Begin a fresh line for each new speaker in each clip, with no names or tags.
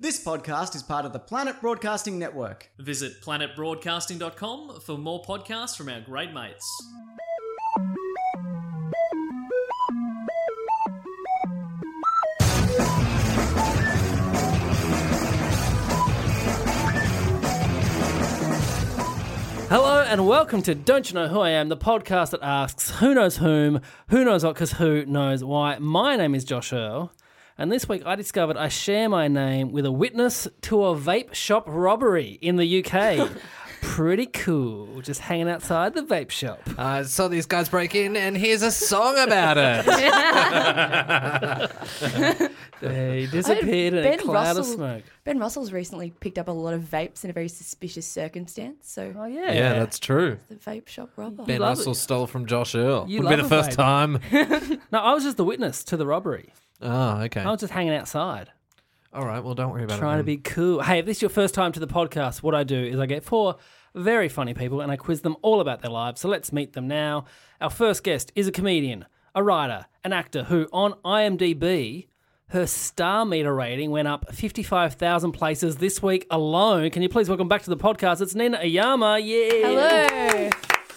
This podcast is part of the Planet Broadcasting Network.
Visit planetbroadcasting.com for more podcasts from our great mates.
Hello and welcome to Don't You Know Who I Am, the podcast that asks who knows whom, who knows what, because who knows why. My name is Josh Earl, and this week I discovered I share my name with a witness to a vape shop robbery in the UK. Pretty cool, just hanging outside the vape shop.
I saw Uh, these guys break in, and here's a song about it.
They
I heard
disappeared in a cloud of smoke.
Ben Russell's recently picked up a lot of vapes in a very suspicious circumstance. So
Oh yeah,
yeah, that's true.
the vape shop robber.
Ben
love
Russell
it.
stole from Josh Earl.
You
Would be the
love a
first
vape.
time.
no, I was just the witness to the robbery.
oh, okay.
I was just hanging outside.
All right. Well, don't worry about
trying
it.
to be cool. Hey, if this is your first time to the podcast, what I do is I get four very funny people and I quiz them all about their lives. So let's meet them now. Our first guest is a comedian, a writer, an actor who on IMDb her star meter rating went up 55,000 places this week alone. Can you please welcome back to the podcast? It's Nina Ayama. Yeah.
Hello.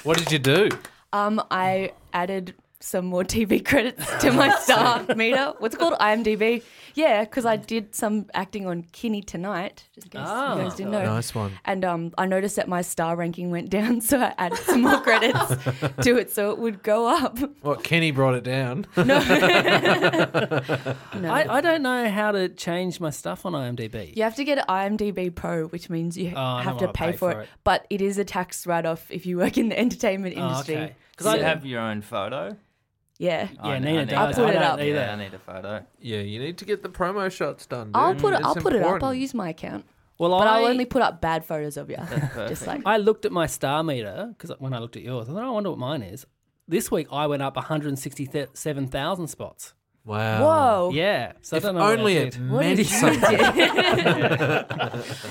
What did you do?
Um, I added some more TV credits to my star meter. What's it called? IMDb. Yeah, because I did some acting on Kinney tonight. Just in case
Ah.
you guys didn't know.
Nice one.
And um, I noticed that my star ranking went down, so I added some more credits to it, so it would go up.
What Kenny brought it down.
No.
I, I don't know how to change my stuff on IMDb.
You have to get IMDb Pro, which means you
Oh, I
have
don't
to
wanna
pay, for, it. But it is a tax write-off if you work in the entertainment
Oh,
industry.
okay. Because
Do
I
you
have.
have your own photo?
Yeah.
Yeah,
I-
Nina
I need
does.
I'll put
I
it
don't
up.
either.
Yeah, I need a photo.
yeah, you need to get the promo shots done. Dude.
I'll put it.
It's
I'll put it up. I'll
important.
use my account,
Well,
but
I,
I'll only put up bad photos of you. Just like
I looked at my star meter because when I looked at yours, I thought, "Oh, I wonder what mine is. This week I went up 167,000 spots.
Wow.
whoa,
Yeah, so
If
I don't know what I
only
did.
it meant something.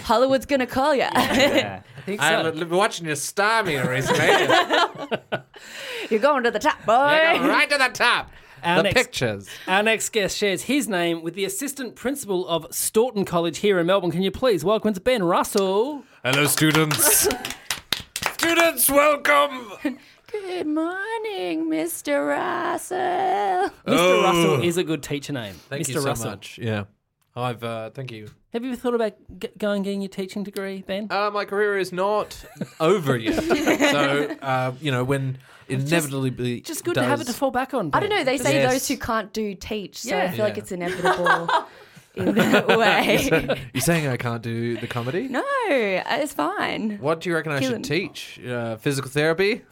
Hollywood's gonna call you.
Yeah.
I think so.
I have been watching your star meter recently. It
You're going to the top, boy.
got right to the top.
Our
the
next-
pictures.
Our next guest shares his name with the assistant principal of Staunton College here in Melbourne. Can you please welcome it's Ben Russell?
Hello, students. students, welcome.
Good morning, Mr. Russell.
Mr. Russell is a good teacher name.
Oh. Thank
Mr.
you so
Russell.
much. Yeah. I've uh, thank you.
Have you ever thought about g- going and getting your teaching degree, Ben?
Uh, my career is not over yet, so uh, you know when inevitably
Just good to have it
does-
to fall back on.
I don't know. They say
Yes.
those who can't do teach, so I
Yeah.
feel like
Yeah.
it's inevitable in that way.
You're saying I can't do the comedy?
no, uh, it's fine.
What do you reckon I
Killing.
should teach? Uh, physical therapy?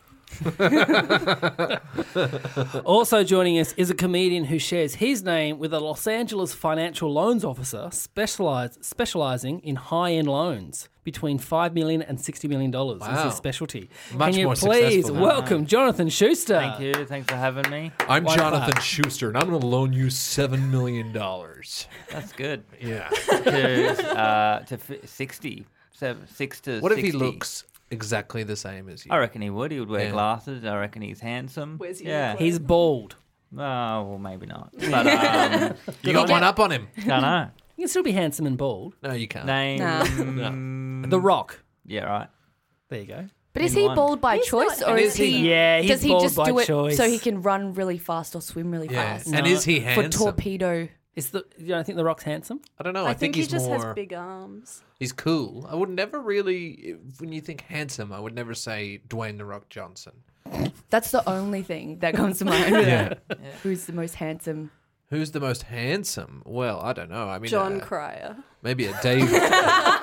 Also joining us is a comedian who shares his name with a Los Angeles financial loans officer specialize, specializing in high end loans between $5 million and $60 million. That's
Wow.
his specialty.
Much
Can you
more
please
successful than
welcome Jonathan Schuster?
Thank you. Thanks for having me.
I'm
Why not?
Jonathan Schuster, and I'm going to loan you seven million dollars.
That's good.
Yeah.
to uh, to fi 60. Seven, six to
what if he
60.
looks exactly the same as you?
I reckon he would. He would wear
Yeah.
glasses. I reckon he's handsome.
Where's he
Yeah.
He's bald.
Oh, well, maybe not. But um,
You got one up on him?
don't know.
You can still be handsome and bald.
No, you can't.
Name.
Mm.
The Rock.
Yeah, right.
There you go.
But is he
one.
bald by choice, or is
he-
he?
Yeah, he's
does he
bald
just
by
do it
choice.
so he can run really fast or swim really
Yeah.
fast?
And is he
For
handsome?
torpedo,
Is the, you don't think The Rock's handsome?
I don't know. I,
I, think,
he's
he just
more.
has big arms.
He's cool. I would never really, when you think handsome, I would never say Dwayne the Rock Johnson.
that's the only thing that comes to mind.
Yeah.
Who's the most handsome?
Who's the most handsome? Well, I don't know. I mean,
John
uh,
Cryer.
maybe a Dave.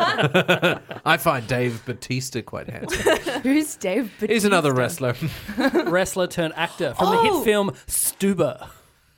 I find Dave Batista quite handsome.
Who's Dave?
He's another wrestler.
Wrestler turned actor from the
Oh!
hit film Stuber.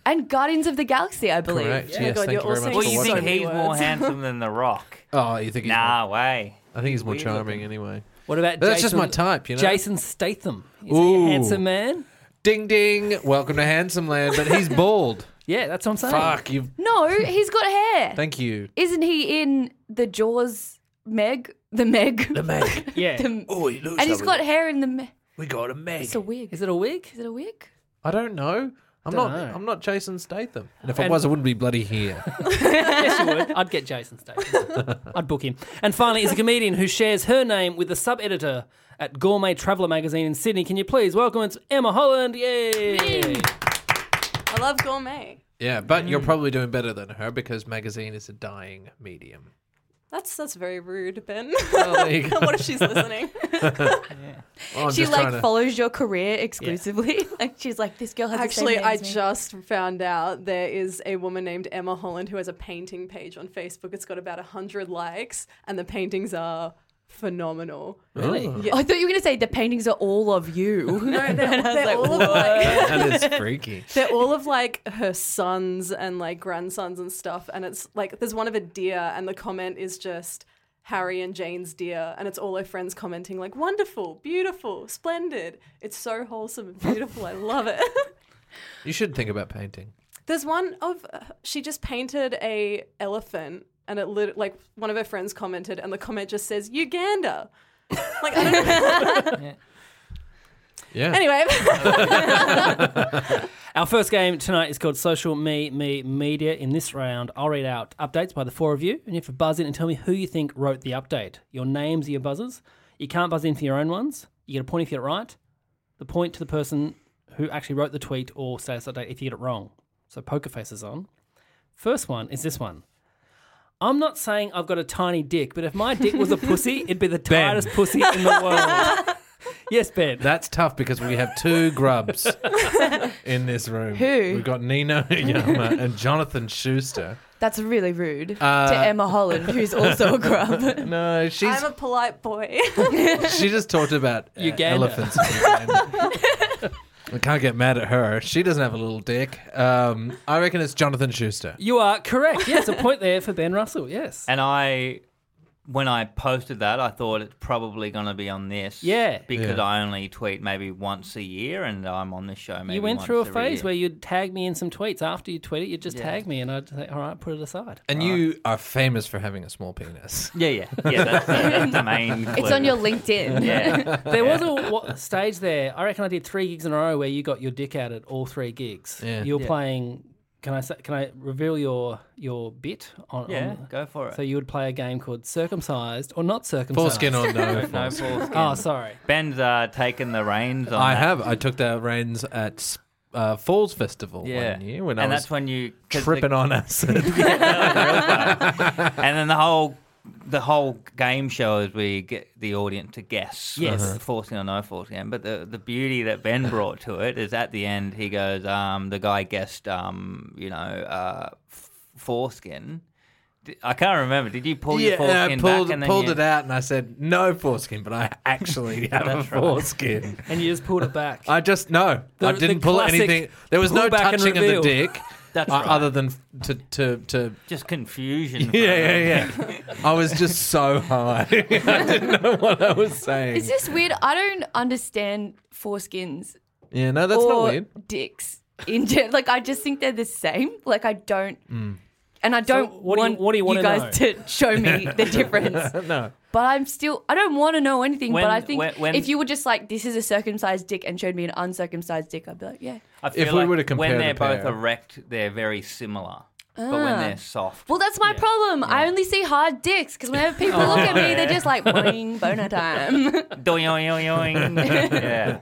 and Guardians of the Galaxy, I believe.
Correct.
my
yes,
God,
thank
you're
you very
all
much
Well,
saying
for
you
so
watching.
think
many
he's more
words.
handsome than The Rock?
Oh, you think he's
Nah, way.
more, I think he's more
Weird looking.
charming anyway.
What about
But
Jason,
that's just my type, you know.
Jason Statham. Is he
Ooh.
a handsome man?
Ding ding. Welcome to Handsome Land, but he's bald.
Yeah, that's what I'm saying.
Fuck you.
No, he's got hair.
Thank you.
Isn't he in the Jaws Meg? The Meg. The
Meg.
Yeah.
the-
Oh, he looks
and he's got hair in the. Me-
We got a Meg.
it's a wig.
Is it a wig?
Is it a wig?
I don't know. I'm
Don't
not.
know.
I'm not Jason Statham. And if I
And-
was, I wouldn't be bloody here.
yes, you would. I'd get Jason Statham. I'd book him. And finally, is a comedian who shares her name with the sub editor at Gourmet Traveller magazine in Sydney. Can you please welcome it's Emma Holland? Yay!
I love gourmet.
yeah, but you're probably doing better than her because magazine is a dying medium.
That's that's very rude, Ben.
there you go.
what if she's listening?
Oh, I'm
She
just
like
trying to-
follows your career exclusively. like she's like, this girl has
Actually,
the same name
I
as me."
just found out there is a woman named Emma Holland who has a painting page on Facebook. It's got about 100 likes, and the paintings are phenomenal.
Really?
Yeah.
I thought you were gonna say the paintings are all of you.
No, they're, they're
like,
all of like,
that is freaky.
they're all of like her sons and like grandsons and stuff. And it's like there's one of a deer, and the comment is just Harry and Jane's deer, and it's all her friends commenting like wonderful, beautiful, splendid. It's so wholesome and beautiful. I love it.
You should think about painting.
There's one of uh, she just painted a elephant, and it lit, like one of her friends commented, and the comment just says Uganda. like I don't know.
Yeah.
anyway,
Our first game tonight is called Social Me Me Media. In this round, I'll read out updates by the four of you, and you have to buzz in and tell me who you think wrote the update. Your names are your buzzers. You can't buzz in for your own ones. You get a point if you get it right. The point to the person who actually wrote the tweet or status update if you get it wrong. So poker faces on. First one is this one. I'm not saying I've got a tiny dick, but if my dick was a pussy, it'd be the
Ben.
tightest pussy in the world. yes, Ben.
That's tough because we have two grubs in this room.
Who?
We've got Nino Yama and Jonathan Schuster.
That's really rude to
Uh,
Emma Holland, who's also a grub.
No, she's
I'm a polite boy.
she just talked about uh,
Uganda.
elephants. in Uganda. I can't get mad at her. She doesn't have a little dick. Um, I reckon it's Jonathan Schuster.
You are correct. Yes, a point there for Ben Russell. Yes.
And I, when I posted that, I thought it's probably going to be on this.
Yeah.
Because
Yeah.
I only tweet maybe once a year, and I'm on this show maybe
you went
once
through a
every
phase
year.
where you'd tag me in some tweets. After you tweet it, you'd just
Yeah.
tag me, and I'd say, "All right, put it aside."
And you are famous for having a small penis.
Yeah, yeah, yeah. That's, that's the main.
It's
clue.
on your LinkedIn.
Yeah.
There was a wa- stage there. I reckon I did three gigs in a row where you got your dick out at all three gigs.
Yeah.
You were playing. Can I say, can I reveal your your bit on?
Yeah.
on-
Go for it.
so you would play a game called circumcised or not circumcised.
Foreskin or no?
no
foreskin.
foreskin.
Oh, sorry.
Ben's uh, taken the reins on.
I
that.
have. I took the reins at uh, Falls Festival
Yeah.
one year when
and
I was
that's when you 'cause the-
tripping on acid. Uh,
and then the whole the whole game show is we get the audience to guess
Yes.
Uh-huh.
uh forcing or no forcing but the the beauty that ben brought to it is at the end he goes um the guy guessed um you know uh f- foreskin D- I can't remember. Did you pull your
yeah, and
foreskin
I pulled,
back and then
pulled
you-
it out and I said, no foreskin, but I actually have a foreskin.
And you just pulled it back.
I just, no,
The-
I didn't
the
pull
classic
anything. There was
pull
no
back and
touching of the
reveal.
dick
That's
uh,
right.
other than f- to, to, to
Just confusion. for
yeah,
a
yeah, yeah. I was just so high. I didn't know what I was saying.
It's just weird. I don't understand foreskins
yeah, no, that's not
or
weird.
dicks in general. Like I just think they're the same. Like I don't, and I don't
what do you-
want
what do you wanna
guys to show me the difference.
No.
But I'm still, I don't want to know anything.
When-
but I think
when- when-
if you were just like, this is a circumcised dick, and showed me an uncircumcised dick, I'd be like, yeah.
I feel
we
like
were to compare
when
the
they're both
pair. Ah.
erect, they're very similar. But when they're soft,
Well, that's my problem. I only see hard dicks because whenever people look at me, they're just like, boing, boner time.
doing, yeah.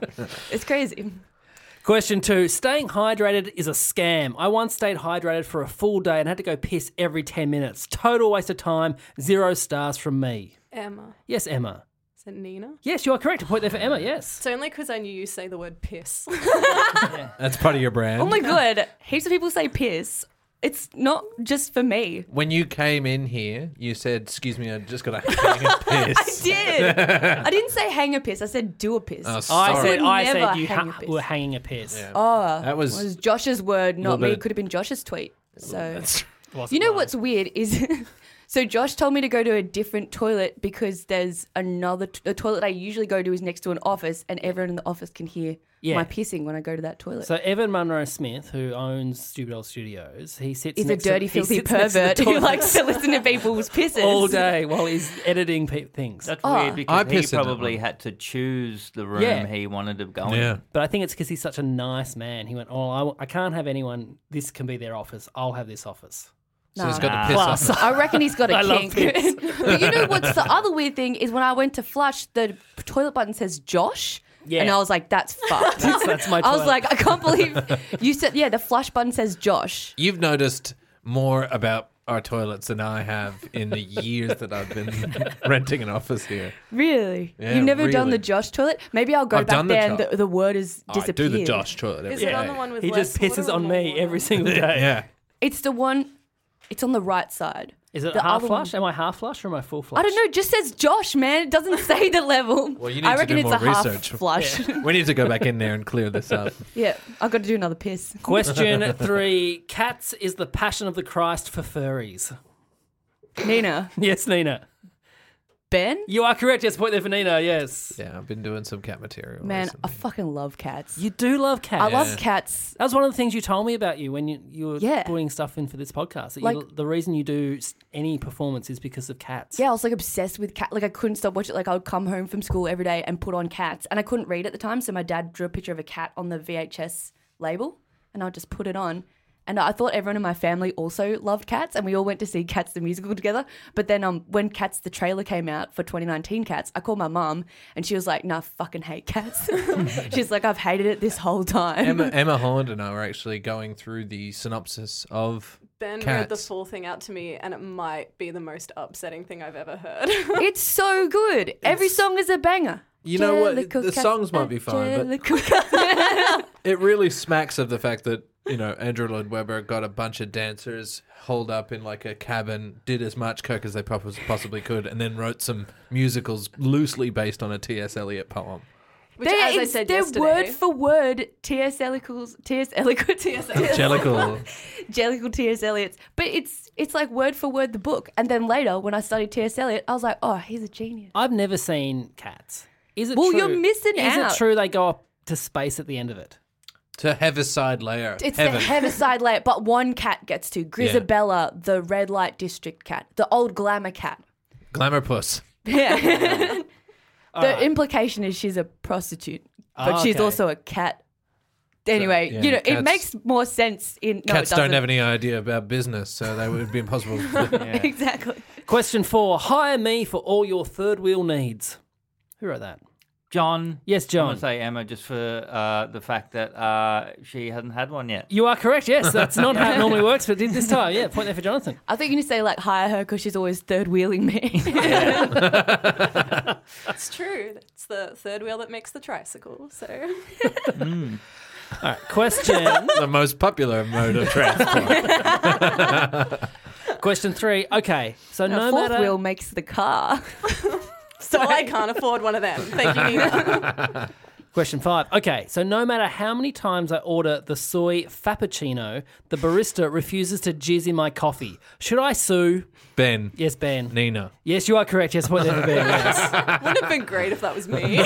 it's crazy.
Question two Staying hydrated is a scam. I once stayed hydrated for a full day and had to go piss every 10 minutes. Total waste of time. Zero stars from me.
Emma,
Yes, Emma.
is it Nina?
Yes, you are correct. A point there for Emma, yes.
It's only because I knew you say the word piss.
That's part of your brand.
Oh my god, heaps of people say piss. It's not just for me.
When you came in here, you said, "Excuse me, I just got to hang a piss."
Did I didn't say hang a piss? I said do a piss.
Oh,
Oh,
sorry.
I said,
would
I said
never
you
hang
ha-
a piss.
were hanging a piss.
that was,
Oh, it was Josh's word,
Little
not me.
bit of-
Could have been Josh's tweet. So
Wasn't
you know
mine.
what's weird is, so Josh told me to go to a different toilet because there's another t- the toilet I usually go to is next to an office, and everyone in the office can hear
Yeah.
my pissing when I go to that toilet.
So Evan Munro Smith, who owns Stupid Old Studios, he sits.
He's a
next
dirty,
to, he
filthy
sits next to the
pervert who
toilet
likes to listen to people's pisses
all day while he's editing pe- things.
That's
Oh.
I
weird because he
pissed in that
probably
one.
had to choose the room
Yeah.
he wanted to go
yeah.
in.
But I think it's because he's such a nice man. He went, "Oh, I, w- I can't have anyone. This can be their office. I'll have this office."
So he's
Nah.
got the piss
Plus,
off.
I reckon he's got a
I love
kink.
this.
but you know what's the other weird thing is when I went to flush, the toilet button says Josh.
Yeah.
And I was like, that's fucked.
That's- that's my
I was
toilet.
like, I can't believe you said, yeah, the flush button says Josh.
You've noticed more about our toilets than I have in the years that I've been renting an office here.
Really?
Yeah,
You've never done
really.
the Josh toilet? Maybe I'll go
I've
back
done the
there
Josh.
and the, the word is
I do
disappeared.
the Josh toilet. Every
Is
day.
it on the one with
he just
less
pisses
water or
on
more
me
water?
every single day.
Yeah.
It's the one, it's on the right side.
Is it
The
half
other
flush?
one-
Am I half flush or am I full flush?
I don't know. It just says Josh, man. It doesn't say the level.
Well, you need
I
to
reckon
do
it's
more
a half
research.
flush.
We need to go back in there and clear this up.
yeah, I've got to do another piss.
Question three: Cats is the passion of the Christ for furries.
Nina,
Yes, Nina,
Ben?
you are correct. Yes, point there for Nina. Yes,
Yeah, I've been doing some cat material.
Man, I
recently.
fucking love cats.
you do love cats.
I love cats.
That was one of the things you told me about you when you, you were
Yeah.
putting stuff in for this podcast. That you,
Like-
the reason you do s- any performance is because of cats.
Yeah, I was like obsessed with cat. Like I couldn't stop watching. Like I would come home from school every day and put on cats, and I couldn't read at the time, so my dad drew a picture of a cat on the VHS label, and I would just put it on. And I thought everyone in my family also loved cats, and we all went to see Cats the musical together. But then, um, when Cats the trailer came out for 2019 Cats, I called my mum, and she was like, "Nah, I fucking hate cats." She's like, "I've hated it this whole time."
Emma, Emma Holland and I were actually going through the synopsis of
Ben read the
Cats.
full thing out to me, and it might be the most upsetting thing I've ever heard.
It's so good. Every song is a banger.
You know what?
Jellicle
The
cat,
songs might be fine, but-
Jellicle cat.
It really smacks of the fact that, you know, Andrew Lloyd Webber got a bunch of dancers holed up in like a cabin, did as much coke as they pos- possibly could, and then wrote some musicals loosely based on a T.S. Eliot poem.
Which,
They're-
as I
it's-
said
they're
yesterday,
word for word T.S. Eliot's T.S. Eliot T.S.
Jellicle.
Jellicle T.S. Eliot's. But it's it's like word for word the book. And then later when I studied T.S. Eliot, I was like, oh, he's a genius.
I've never seen cats. Is it
Well,
true?
you're missing
Is
out.
it true they go up to space at the end of it?
to Heaviside Layer.
It's
Heaven.
the Heaviside Layer, but one cat gets to Grisabella, the red light district cat, the old glamour cat.
Glamour Puss.
Yeah. the
Alright.
implication is she's a prostitute, but
Ah,
she's
okay.
also a cat. Anyway,
yeah,
you know,
cats-
it makes more sense in no,
Cats
it
don't
doesn't.
have any idea about business, so they would be impossible.
exactly.
Question four: Hire me for all your third wheel needs. Who wrote that?
John.
Yes,
I'm
John.
gonna say Emma just for uh, the fact that uh, she hasn't had one yet.
You are correct. Yes, that's not how it normally works, but it did this time. Yeah, point there for Jonathan.
I think you need to say like hire her because she's always third wheeling me.
It's true. It's the third wheel that makes the tricycle. So
All right. Question
the most popular mode of transport.
question three. Okay, so
no,
no,
fourth
matter
wheel makes the car.
so I can't afford one of them. Thank you, Nina.
Question five. Okay, so no matter how many times I order the soy fappuccino, the barista refuses to jizz in my coffee. Should I sue?
ben.
Yes, Ben.
Nina.
Yes, you are correct. Yes, point there for Ben. Yes.
Would have been great if that was me.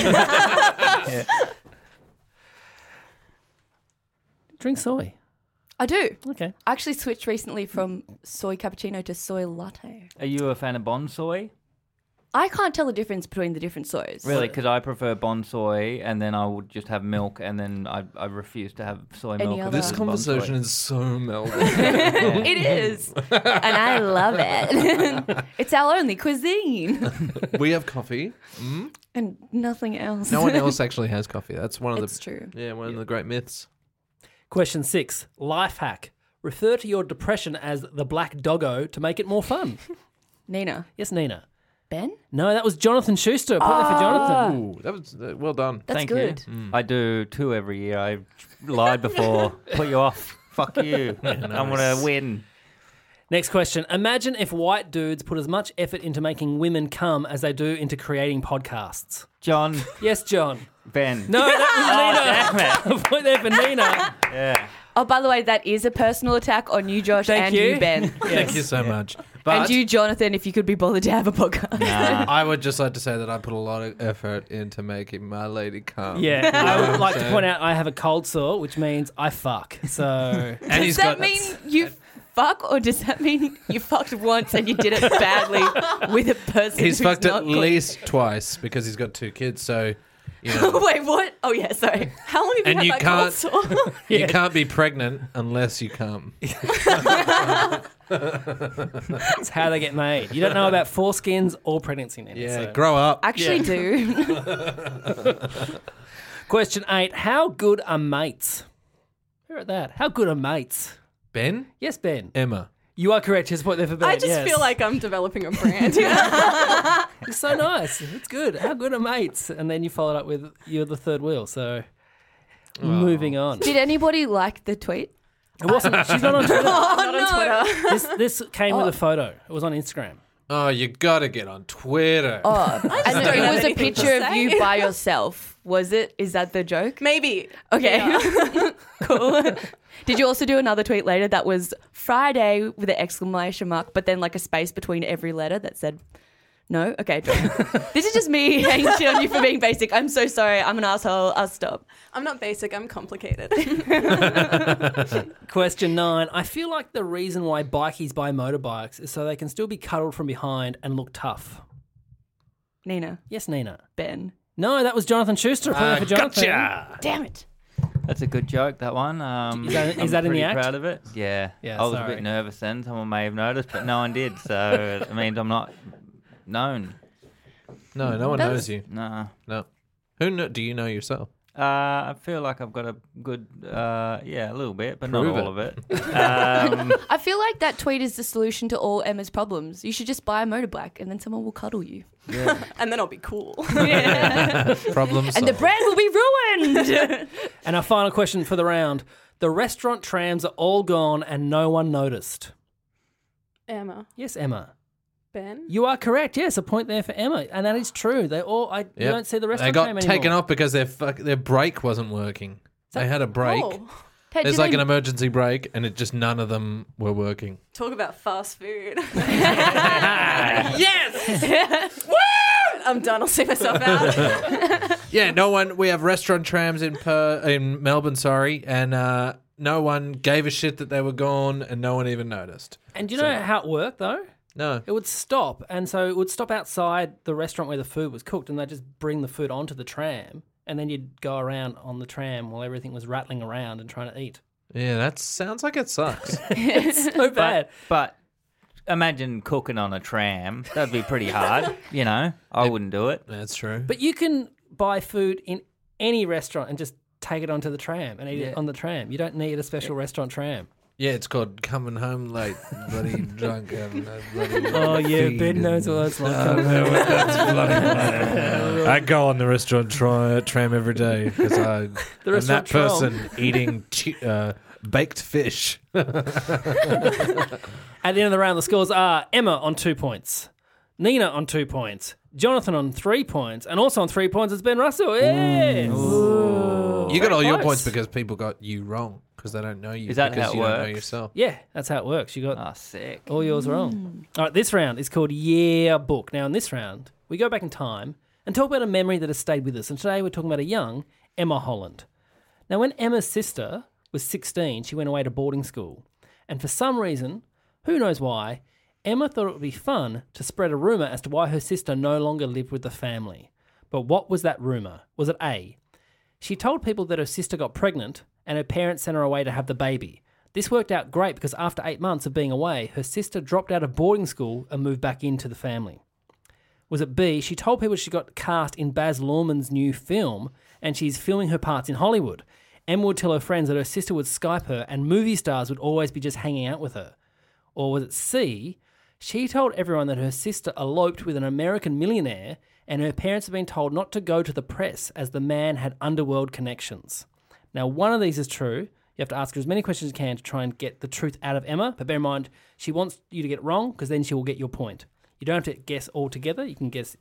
Drink soy.
I do.
Okay.
I actually switched recently from soy cappuccino to soy latte.
Are you a fan of bonsai?
I can't tell the difference between the different soys.
Really? Because I prefer bonsai, and then I would just have milk, and then I, I refuse to have soy
Any
milk.
other-
This
Uh,
conversation is so Melbourne.
It
Mm.
is, and I love it. it's our only cuisine
we have coffee.
and nothing else.
No one else actually has coffee. That's one of
It's
the
true.
yeah one of the great myths.
Question six. Life hack. Refer to your depression as the black doggo to make it more fun.
Nina,
Yes, Nina.
Ben.
No, that was Jonathan Schuster. Point there for Jonathan.
Ooh, that was uh, well done.
That's
Mm.
Thank
good.
you. I do two every year. I lied before. Put you off. Fuck you. I'm gonna win.
Next question. Imagine if white dudes put as much effort into making women come as they do into creating podcasts.
John,
Yes, John.
Ben.
No, that
Damn
was
it.
Nina. Point there for Nina.
Oh, by the way, that is a personal attack on you, Josh,
Thank
and
you.
you, Ben.
Thank you so much.
and
But
you, Jonathan, if you could be bothered to have a podcast.
I would just like to say that I put a lot of effort into making my lady Um, come.
Yeah, I would like to
So-
point out I have a cold sore, which means I fuck. So
And he's
Does that
got
mean you fuck, or does that mean you fucked once and you did it badly with a person?
he's
who's
fucked
not
at
good?
least twice because he's got two kids. So you know.
Wait, what? Oh yeah, sorry.
How long have you
And
had
you
that
can't-
cold sore?
You can't be pregnant unless you come.
that's how they get made. You don't know about foreskins or pregnancy, Nina.
Yeah,
so-
grow up.
Actually, do
Question eight. How good are mates? Where at that? How good are mates?
ben,
Yes, Ben.
Emma.
You are correct. Here's a point there for Ben.
I just
yes.
feel like I'm developing a brand.
It's so nice. It's good. How good are mates? And then you followed up with you're the third wheel. So moving on.
did anybody like the tweet?
It wasn't. She's not on Twitter.
Not on Twitter. Oh.
This, this came with a photo. It was on Instagram.
Oh, you gotta get on Twitter.
Oh, and
don't
it
have
was a
anything to
picture of
say.
you by yourself. Was it? Is that the joke?
Maybe.
Okay,
Yeah.
cool. Did you also do another tweet later that was Friday with an exclamation mark, but then like a space between every letter that said no? Okay, this is just me hanging shit on you for being basic. I'm so sorry. I'm an asshole. I'll stop.
I'm not basic, I'm complicated.
Question nine. I feel like the reason why bikies buy motorbikes is so they can still be cuddled from behind and look tough.
Nina,
Yes, Nina.
Ben.
No, that was Jonathan Schuster. Uh, for Jonathan.
gotcha.
Damn it.
That's a good joke, that one. Um,
Is that-
I'm
is that in the
pretty
act?
proud of it. Yeah.
Yeah,
I was a
sorry.
bit nervous then. Someone may have noticed, but no one did. So it means I'm not known.
No, no one
That
knows
was-
you.
No.
No. Who kno- do you know yourself?
Uh, I feel like I've got a good, uh, yeah, a little bit, but
Prove
not all of it. Um,
I feel like that tweet is the solution to all Emma's problems. You should just buy a motorbike and then someone will cuddle you.
and then I'll be cool.
Problem
And the brand will be ruined.
And our final question for the round. The restaurant trams are all gone and no one noticed.
Emma,
Yes, Emma.
Ben,
You are correct. Yes, a point there for Emma, and that is true. They all I you
Yep.
don't see the
They
restaurant
got
name
taken
anymore.
off because their fuck, their brake wasn't working. They had a break.
Oh,
Ted,
There's
do
like
they-
an emergency break, and it just none of them were working.
talk about fast food. yes! Woo! I'm done. I'll see myself out.
Yeah, no one. We have restaurant trams in per in Melbourne, sorry, and uh, no one gave a shit that they were gone, and no one even noticed.
And do you know how it worked though?
No,
It would stop, and so it would stop outside the restaurant where the food was cooked, and they'd just bring the food onto the tram, and then you'd go around on the tram while everything was rattling around and trying to eat.
yeah, that sounds like it sucks.
So bad.
but imagine cooking on a tram. That'd be pretty hard. You know, I wouldn't do it.
That's true.
But you can buy food in any restaurant and just take it onto the tram and eat it on the tram. You don't need a special restaurant tram.
yeah, it's called coming home late, bloody drunk. having a bloody
Oh yeah,
feed
Ben
and-
knows what it's like.
I go on the restaurant tri- tram every day because I am
restaurant
that
tram.
person eating chi- uh, baked fish.
At the end of the round, the scores are Emma on two points, Nina on two points, Jonathan on three points, and also on three points it's Ben Russell. Yes.
You got all your
close.
points because people got you wrong because they don't know you.
Is that
because
how it
you don't know
works?
yourself.
Yeah, that's how it works. You got
Ah.
Oh, sick.
all yours wrong. All right, this round is called Yeah Book. Now, in this round, we go back in time and talk about a memory that has stayed with us. And today we're talking about a young Emma Holland. Now, when Emma's sister was 16, she went away to boarding school. And for some reason, who knows why, Emma thought it would be fun to spread a rumour as to why her sister no longer lived with the family. But what was that rumour? Was it A? She told people that her sister got pregnant and her parents sent her away to have the baby. This worked out great because after eight months of being away, her sister dropped out of boarding school and moved back into the family. Was it B? She told people she got cast in Baz Luhrmann's new film and she's filming her parts in Hollywood. Emma would tell her friends that her sister would Skype her and movie stars would always be just hanging out with her. Or was it C? She told everyone that her sister eloped with an American millionaire and her parents had been told not to go to the press as the man had underworld connections. Now, one of these is true. You have to ask her as many questions as you can to try and get the truth out of Emma. But bear in mind, she wants you to get it wrong because then she will get your point. You don't have to guess all together. You can guess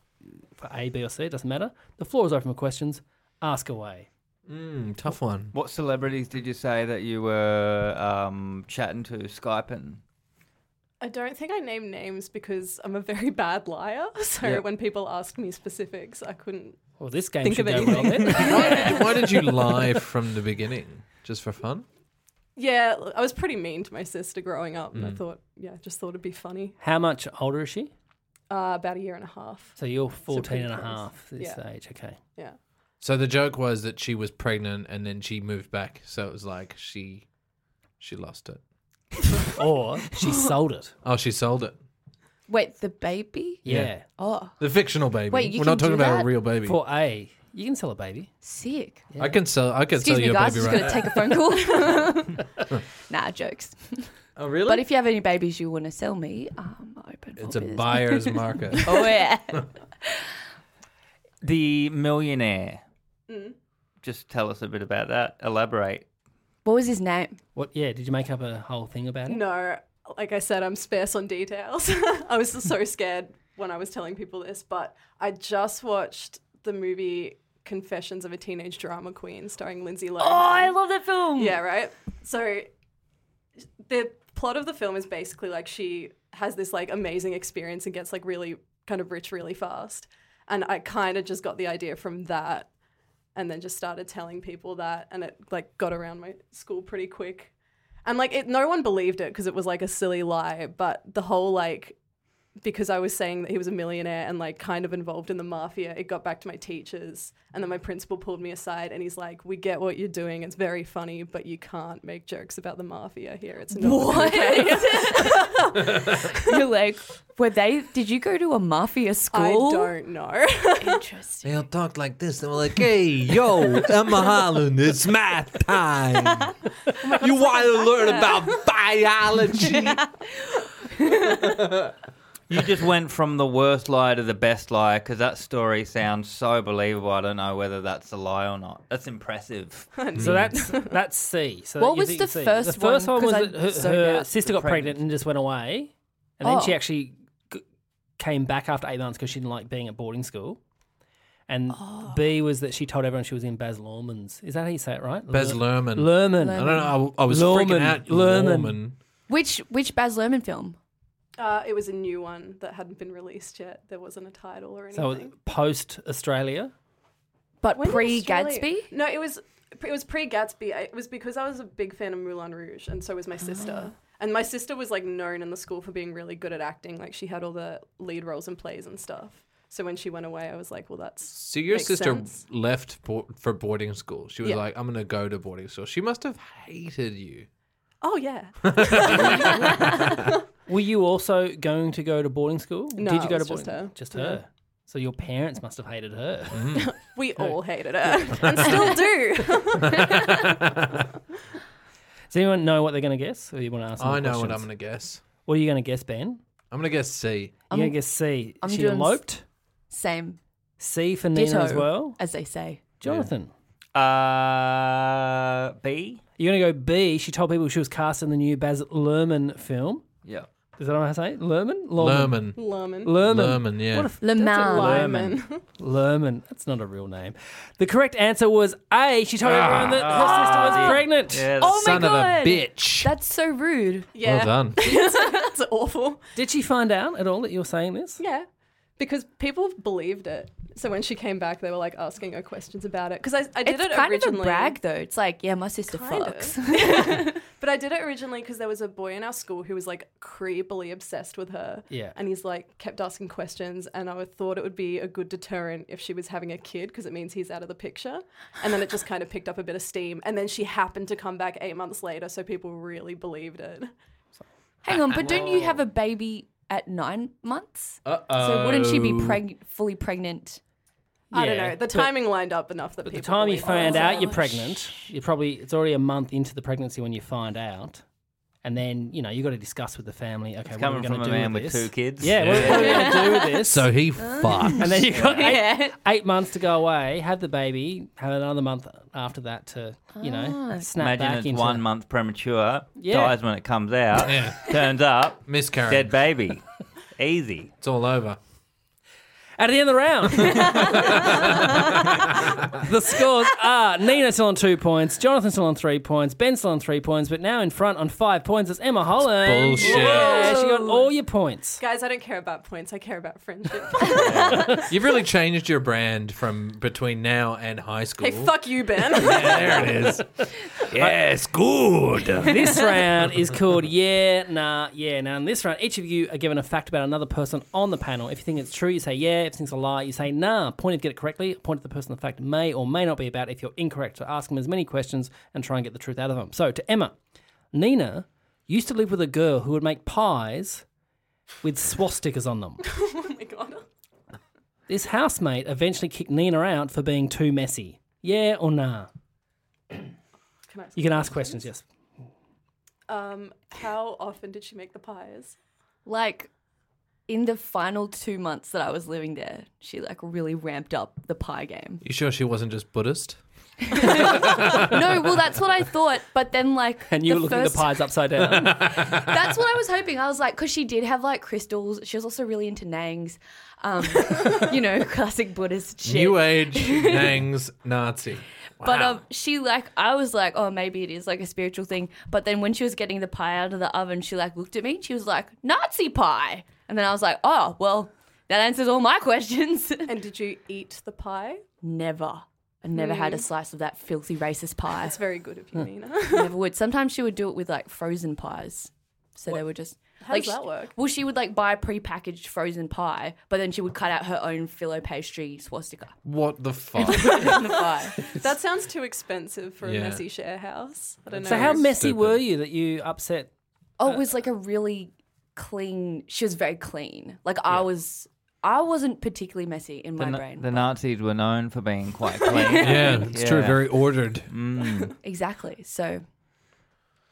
for A, B, or C. It doesn't matter. The floor is open for questions. Ask away.
Mm, tough one.
What celebrities did you say that you were um, chatting to, Skyping?
I don't think I named names because I'm a very bad liar. So
Yeah.
when people ask me specifics, I couldn't.
Well, this game
Think
should
of
go well
anything.
then.
why, did, why did you lie from the beginning? Just for fun?
Yeah, I was pretty mean to my sister growing up,
Mm.
and I thought, yeah, I just thought it'd be funny.
How much older is she?
Uh, about a year and a half.
So you're 14
pretty
and a
close.
half at this
Yeah.
age. Okay.
Yeah.
So the joke was that she was pregnant and then she moved back. So it was like she she lost it.
Or she sold it.
Oh, she sold it.
Wait, the baby?
Yeah.
Yeah.
Oh,
The fictional baby.
Wait, you
We're not
can
talking
do
about a
that?
real baby.
For A, you can sell a baby.
sick.
I can sell. I can
Excuse
sell
me,
you a
guys.
baby
Just
right
gonna take a phone call. nah, jokes.
Oh, really?
But if you have any babies you want to sell me, um, I'm open. for
it's a
business.
buyer's market.
Oh yeah.
The millionaire.
Mm.
Just tell us a bit about that. Elaborate.
what was his name?
What? Yeah. Did you make up a whole thing about it?
No, like I said, I'm sparse on details. I was so scared when I was telling people this, but I just watched the movie Confessions of a Teenage Drama Queen starring Lindsay Lohan.
love that film.
Yeah, right. So the plot of the film is basically like she has this like amazing experience and gets like really kind of rich really fast. And I kind of just got the idea from that and then just started telling people that and it like got around my school pretty quick. And like it no one believed it because it was like a silly lie, but the whole like because I was saying that he was a millionaire and like kind of involved in the mafia, it got back to my teachers. And then my principal pulled me aside and he's like, We get what you're doing. It's very funny, but you can't make jokes about the mafia here. It's not okay."
You're like, were they? Did you go to a mafia
I
school?
don't know.
Interesting.
They'll talk like this. They're like, "Hey, yo, Emma Holland, it's math time. you want to learn about biology?"
You just went from the worst lie to the best lie because that story sounds so believable. I don't know whether that's a lie or not. That's impressive.
So that's that's C. So
What
you
was
think
the
it's C.
first
The first
one?
one, was
'Cause I
that her,
zoned
her
out.
sister got pregnant.
Pregnant.
and just went away, and then she
Oh.
actually g- came back after eight months because she didn't like being at boarding school. And
Oh.
B was that she told everyone she was in Baz Luhrmann's. Is that how you say it, right?
Baz Luhrmann.
Lerman.
I don't know. I, I was freaking
Luhrmann.
out.
Luhrmann.
Luhrmann.
Which which Baz Luhrmann film?
Uh, it was a new one that hadn't been released yet. There wasn't a title or
So
anything.
post Australia.
But
When did
Uh, pre Gatsby.
Australia- No, it was it was pre Gatsby. It was because I was a big fan of Moulin Rouge, and so was my sister.
Ah.
And my sister was like known in the school for being really good at acting. Like she had all the lead roles in plays and stuff. So when she went away, I was like, well, that's
So your
Makes
sister
sense.
left bo- for boarding school. She was
Yeah.
like, "I'm gonna go to boarding school." She must have hated you.
oh yeah.
Were you also going to go to boarding school?
No,
Did you go to
it was
boarding?
just
Just
her.
her. So your parents must have hated her.
Mm-hmm.
We all hated her and still do.
Does anyone know what they're going to guess, or you want to ask? them
I know what
questions?
I'm gonna guess.
What are you going to guess, Ben?
I'm gonna guess C.
You're
I'm-
going to guess C.
I'm
she
doing s-
eloped.
Same,
C for Nina
Ditto.
as well.
as they say.
Jonathan.
Uh, B?
You're going to go B. She told people she was cast in the new Baz Luhrmann film.
Yeah.
Is that how I say it? Luhrmann? Luhrmann.
Lerman.
Lerman.
Luhrmann.
Lerman. Yeah.
Le Mans.
Lyman.
Luhrmann. That's not a real name. The correct answer was A. She told
Ah.
everyone that her sister
Ah.
was pregnant.
Yeah,
Oh my
Son of a
God.
bitch.
That's so rude.
Yeah,
Well done.
that's awful.
Did she find out at all that you were saying this?
Yeah, because people believed it. So when she came back, they were like asking her questions about it. Because I, I did
It's
it
kind
originally.
of a brag though. It's like, yeah, my sister
Kind of.
fucks.
But I did it originally because there was a boy in our school who was like creepily obsessed with her.
Yeah.
And he's like kept asking questions. And I would- thought it would be a good deterrent if she was having a kid because it means he's out of the picture. And then it just kind of picked up a bit of steam. And then she happened to come back eight months later. So people really believed it.
Hang on, but don't you have a baby at nine months?
Uh-oh.
So wouldn't she be preg- fully pregnant?
I don't
Yeah,
know. The
but-
timing lined up enough that
But the
people.
time you
believed it.
find out you're pregnant, you're probably it's already a month into the pregnancy when you find out, And then you know you got to discuss with the family. Okay, what are we
coming
going to
from a
do
man
with
with
this?
two kids.
Yeah, what- what are we going to do with this?
So he fucked.
and then you got eight,
Yeah.
eight months to go away, have the baby, have another month after that to you
Ah.
know snap
Imagine
back
it's
into
one month premature,
Yeah.
dies when it comes out,
Yeah.
turns up,
Miscarriage.
dead baby. Easy.
It's all over.
At the end of the round, the scores are Nina still on two points, Jonathan still on three points, Ben still on three points, but now in front on five points is Emma Holland.
Bullshit.
Yeah, she got all your points.
Guys, I don't care about points. I care about friendship.
You've really changed your brand from between now and high school.
hey, fuck you, Ben.
Yeah, there it is. yes, good.
This round is called Yeah, Nah, Yeah. Now, in this round, each of you are given a fact about another person on the panel. If you think it's true, you say yeah. If you think it's a lie, you say nah. Point if you get it correctly. Point to the person the fact may or may not be about. If you're incorrect, so ask them as many questions and try and get the truth out of them. So, to Emma, Nina used to live with a girl who would make pies with swastikas on them.
oh my god.
This housemate eventually kicked Nina out for being too messy. Yeah or nah?
Can I ask
You can ask questions, yes.
Um, how often did she make the pies?
Like in the final two months that I was living there, she like really ramped up the pie game.
You sure she wasn't just Buddhist?
no, well that's what I thought, but then like
And you
the
were looking at
first-
the pies upside down.
That's what I was hoping. I was like, because she did have like crystals. She was also really into nangs, um, you know, classic Buddhist shit.
New Age, Nangs, Nazi.
But um, she like, I was like, oh, maybe it is like a spiritual thing. But then when she was getting the pie out of the oven, she like looked at me. and She was like, Nazi pie. And then I was like, oh, well, that answers all my questions.
And did you eat the pie?
never. I never had a slice of that filthy racist pie.
That's very good of you, Nina.
never would. Sometimes she would do it with like frozen pies. So they were just
How
like
does that
she-
work?
Well, she would like buy prepackaged frozen pie, but then she would cut out her own filo pastry swastika
What the fuck?
in the pie.
that sounds too expensive for
Yeah.
a messy share house. I don't know.
So how messy
Stupid.
were you that you upset?
Uh,
Oh, it was like a really clean. She was very clean. Like I was, I wasn't particularly messy in
The,
my
Na-
brain.
the Nazis were known for being quite clean.
yeah, it's true.
Yeah.
Very ordered.
exactly. So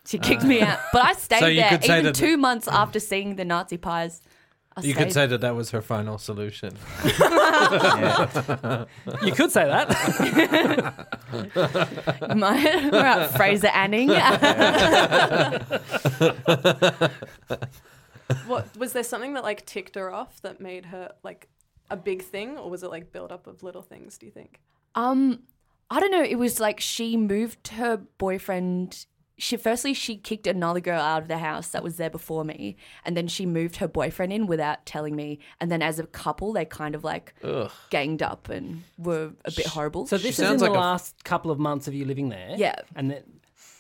she kicked me out, but I stayed
Uh, So you
there
could say
even
that the-
two months after seeing the Nazi pies. I
You
stayed.
could say that that was her final solution.
You could say that.
My, we're at Fraser Anning.
What was there something that like ticked her off that made her like a big thing, or was it like build up of little things? Do you think?
Um, I don't know. It was like she moved her boyfriend. She firstly she kicked another girl out of the house that was there before me, and then she moved her boyfriend in without telling me. And then as a couple, they kind of like ganged up and were a bit horrible.
So this is in
sounds
the
like a-
last couple of months of you living there.
Yeah.
And then,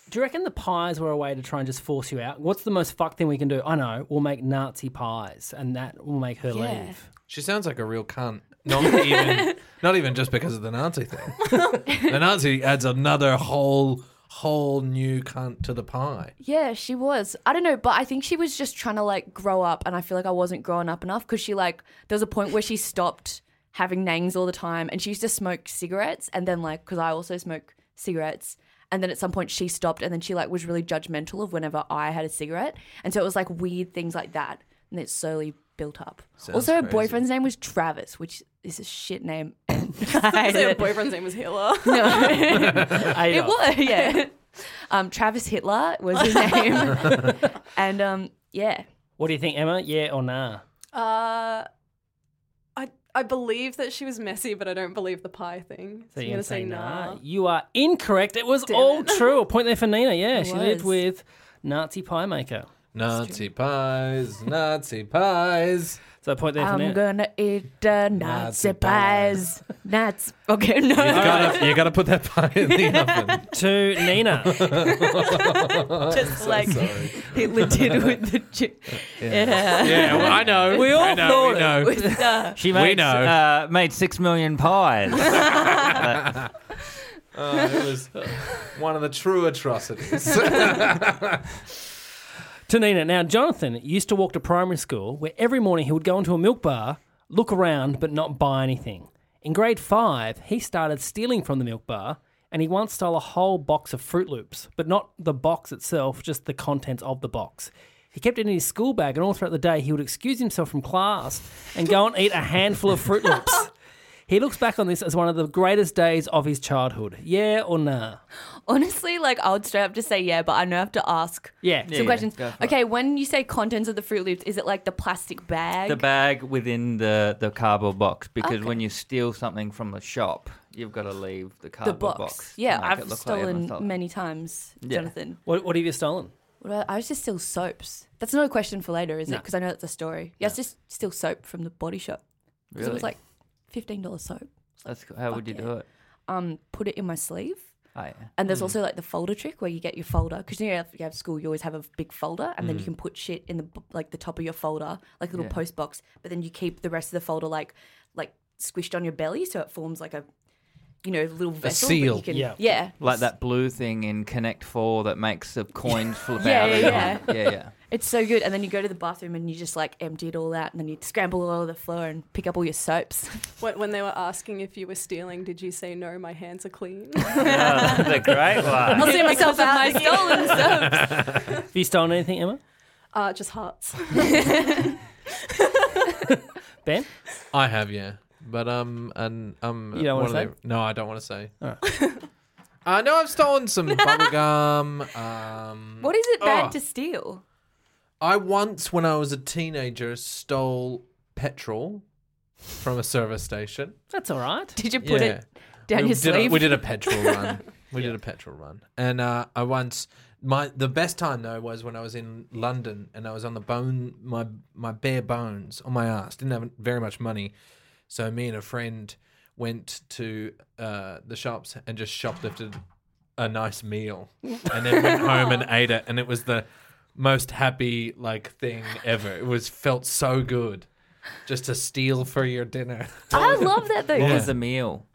do you reckon the pies were a way to try and just force you out? What's the most fucked thing we can do? I know. We'll make Nazi pies, and that will make her
Yeah.
leave.
She sounds like a real cunt. Not even, not even just because of the Nazi thing. the Nazi adds another whole, whole new cunt to the pie.
yeah, she was. I don't know, but I think she was just trying to like grow up, and I feel like I wasn't growing up enough because she like there was a point where she stopped having nangs all the time, and she used to smoke cigarettes, and then like because I also smoke cigarettes. And then at some point she stopped, and then she like was really judgmental of whenever I had a cigarette, and so it was like weird things like that, and it slowly built up. also, her
crazy.
boyfriend's name was Travis, which is a shit name.
So her boyfriend's name was Hitler.
It was, yeah. Um, Travis Hitler was his name. and um, yeah.
What do you think, Emma? Yeah or nah?
Uh, I I believe that she was messy, but I don't believe the pie thing.
So
So,
you're
I'm gonna
gonna
say nah.
You are incorrect. It was all true. A point there for Nina. Yeah, she lived
was.
with Nazi pie maker.
Nazi pies, Nazi pies.
So a point there for
I'm
Nina.
gonna eat the Nazi pies. Nuts. Okay,
You
no.
gotta, you gotta put that pie in the oven.
To Nina.
Just like Hitler did with the chick. Yeah.
Yeah, well, I know.
We all
I know,
thought
we
it.
know.
With the-
She made,
know.
Uh, made six million pies.
Uh, it was one of the true atrocities.
to Nina. Now, Jonathan used to walk to primary school where every morning he would go into a milk bar, look around, but not buy anything. In grade five, he started stealing from the milk bar, and he once stole a whole box of Fruit Loops, but not the box itself, just the contents of the box. He kept it in his school bag, and all throughout the day, he would excuse himself from class and go and eat a handful of Fruit Loops. He looks back on this as one of the greatest days of his childhood. Yeah or nah?
Honestly, like I would straight up just say yeah, but I know I have to ask
Yeah.
some questions. Okay, when you say contents of the Fruit Loops, is it like the plastic bag?
The bag within the, the cardboard box because when you steal something from the shop, you've got to leave the
the
cardboard
box.
box. to
Yeah,
make it
I've
look like everyone
stolen
stole it.
many times, Jonathan.
What, what have you stolen?
Well, I was just steal soaps. That's not a question for later, is it?
No.
'Cause it? Because I know that's a story. Yeah, I was just steal soap from the body shop. 'Cause
Really?
It was like fifteen dollars soap.
That's cool. How would you
fuck
do it?
Um, put it in my sleeve.
Oh, yeah.
And there's also like the folder trick where you get your folder because you know if you have school you always have a big folder and then
Hmm.
you can put shit in the b- like the top of your folder like a little post box but then you keep the rest of the folder like like squished on your belly so it forms like a you know little vessel that
seal.
you can
Yeah.
yeah
Like that blue thing in Connect Four that makes the coins flip
Yeah,
out.
yeah,
every time. yeah, yeah.
it's so good and then you go to the bathroom and you just like empty it all out and then you scramble all over the floor and pick up all your soaps
When, when they were asking if you were stealing, did you say no? My hands are clean.
That's a great
I'll
one.
see myself out my stolen soaps
Have you stolen anything, Emma?
uh, just hearts.
Ben?
I have, yeah. But um, and um,
You don't
one
wanna
of the- no, I don't want to say. uh, no, I've stolen some bubblegum. Um,
what is it bad
Oh.
to steal
I once, when I was a teenager, stole petrol from a service station.
That's all right.
did you put it down
we
your
did a-
sleeve
we did a petrol run. We did a petrol run, and uh, I once my the best time though was when I was in London and I was on the bone my my bare bones on my ass. Didn't have very much money, so me and a friend went to uh, the shops and just shoplifted a nice meal, and then went home and ate it, and it was the most happy like thing ever. It was felt so good. Just to steal for your dinner.
I love that though
What
'cause
was the meal?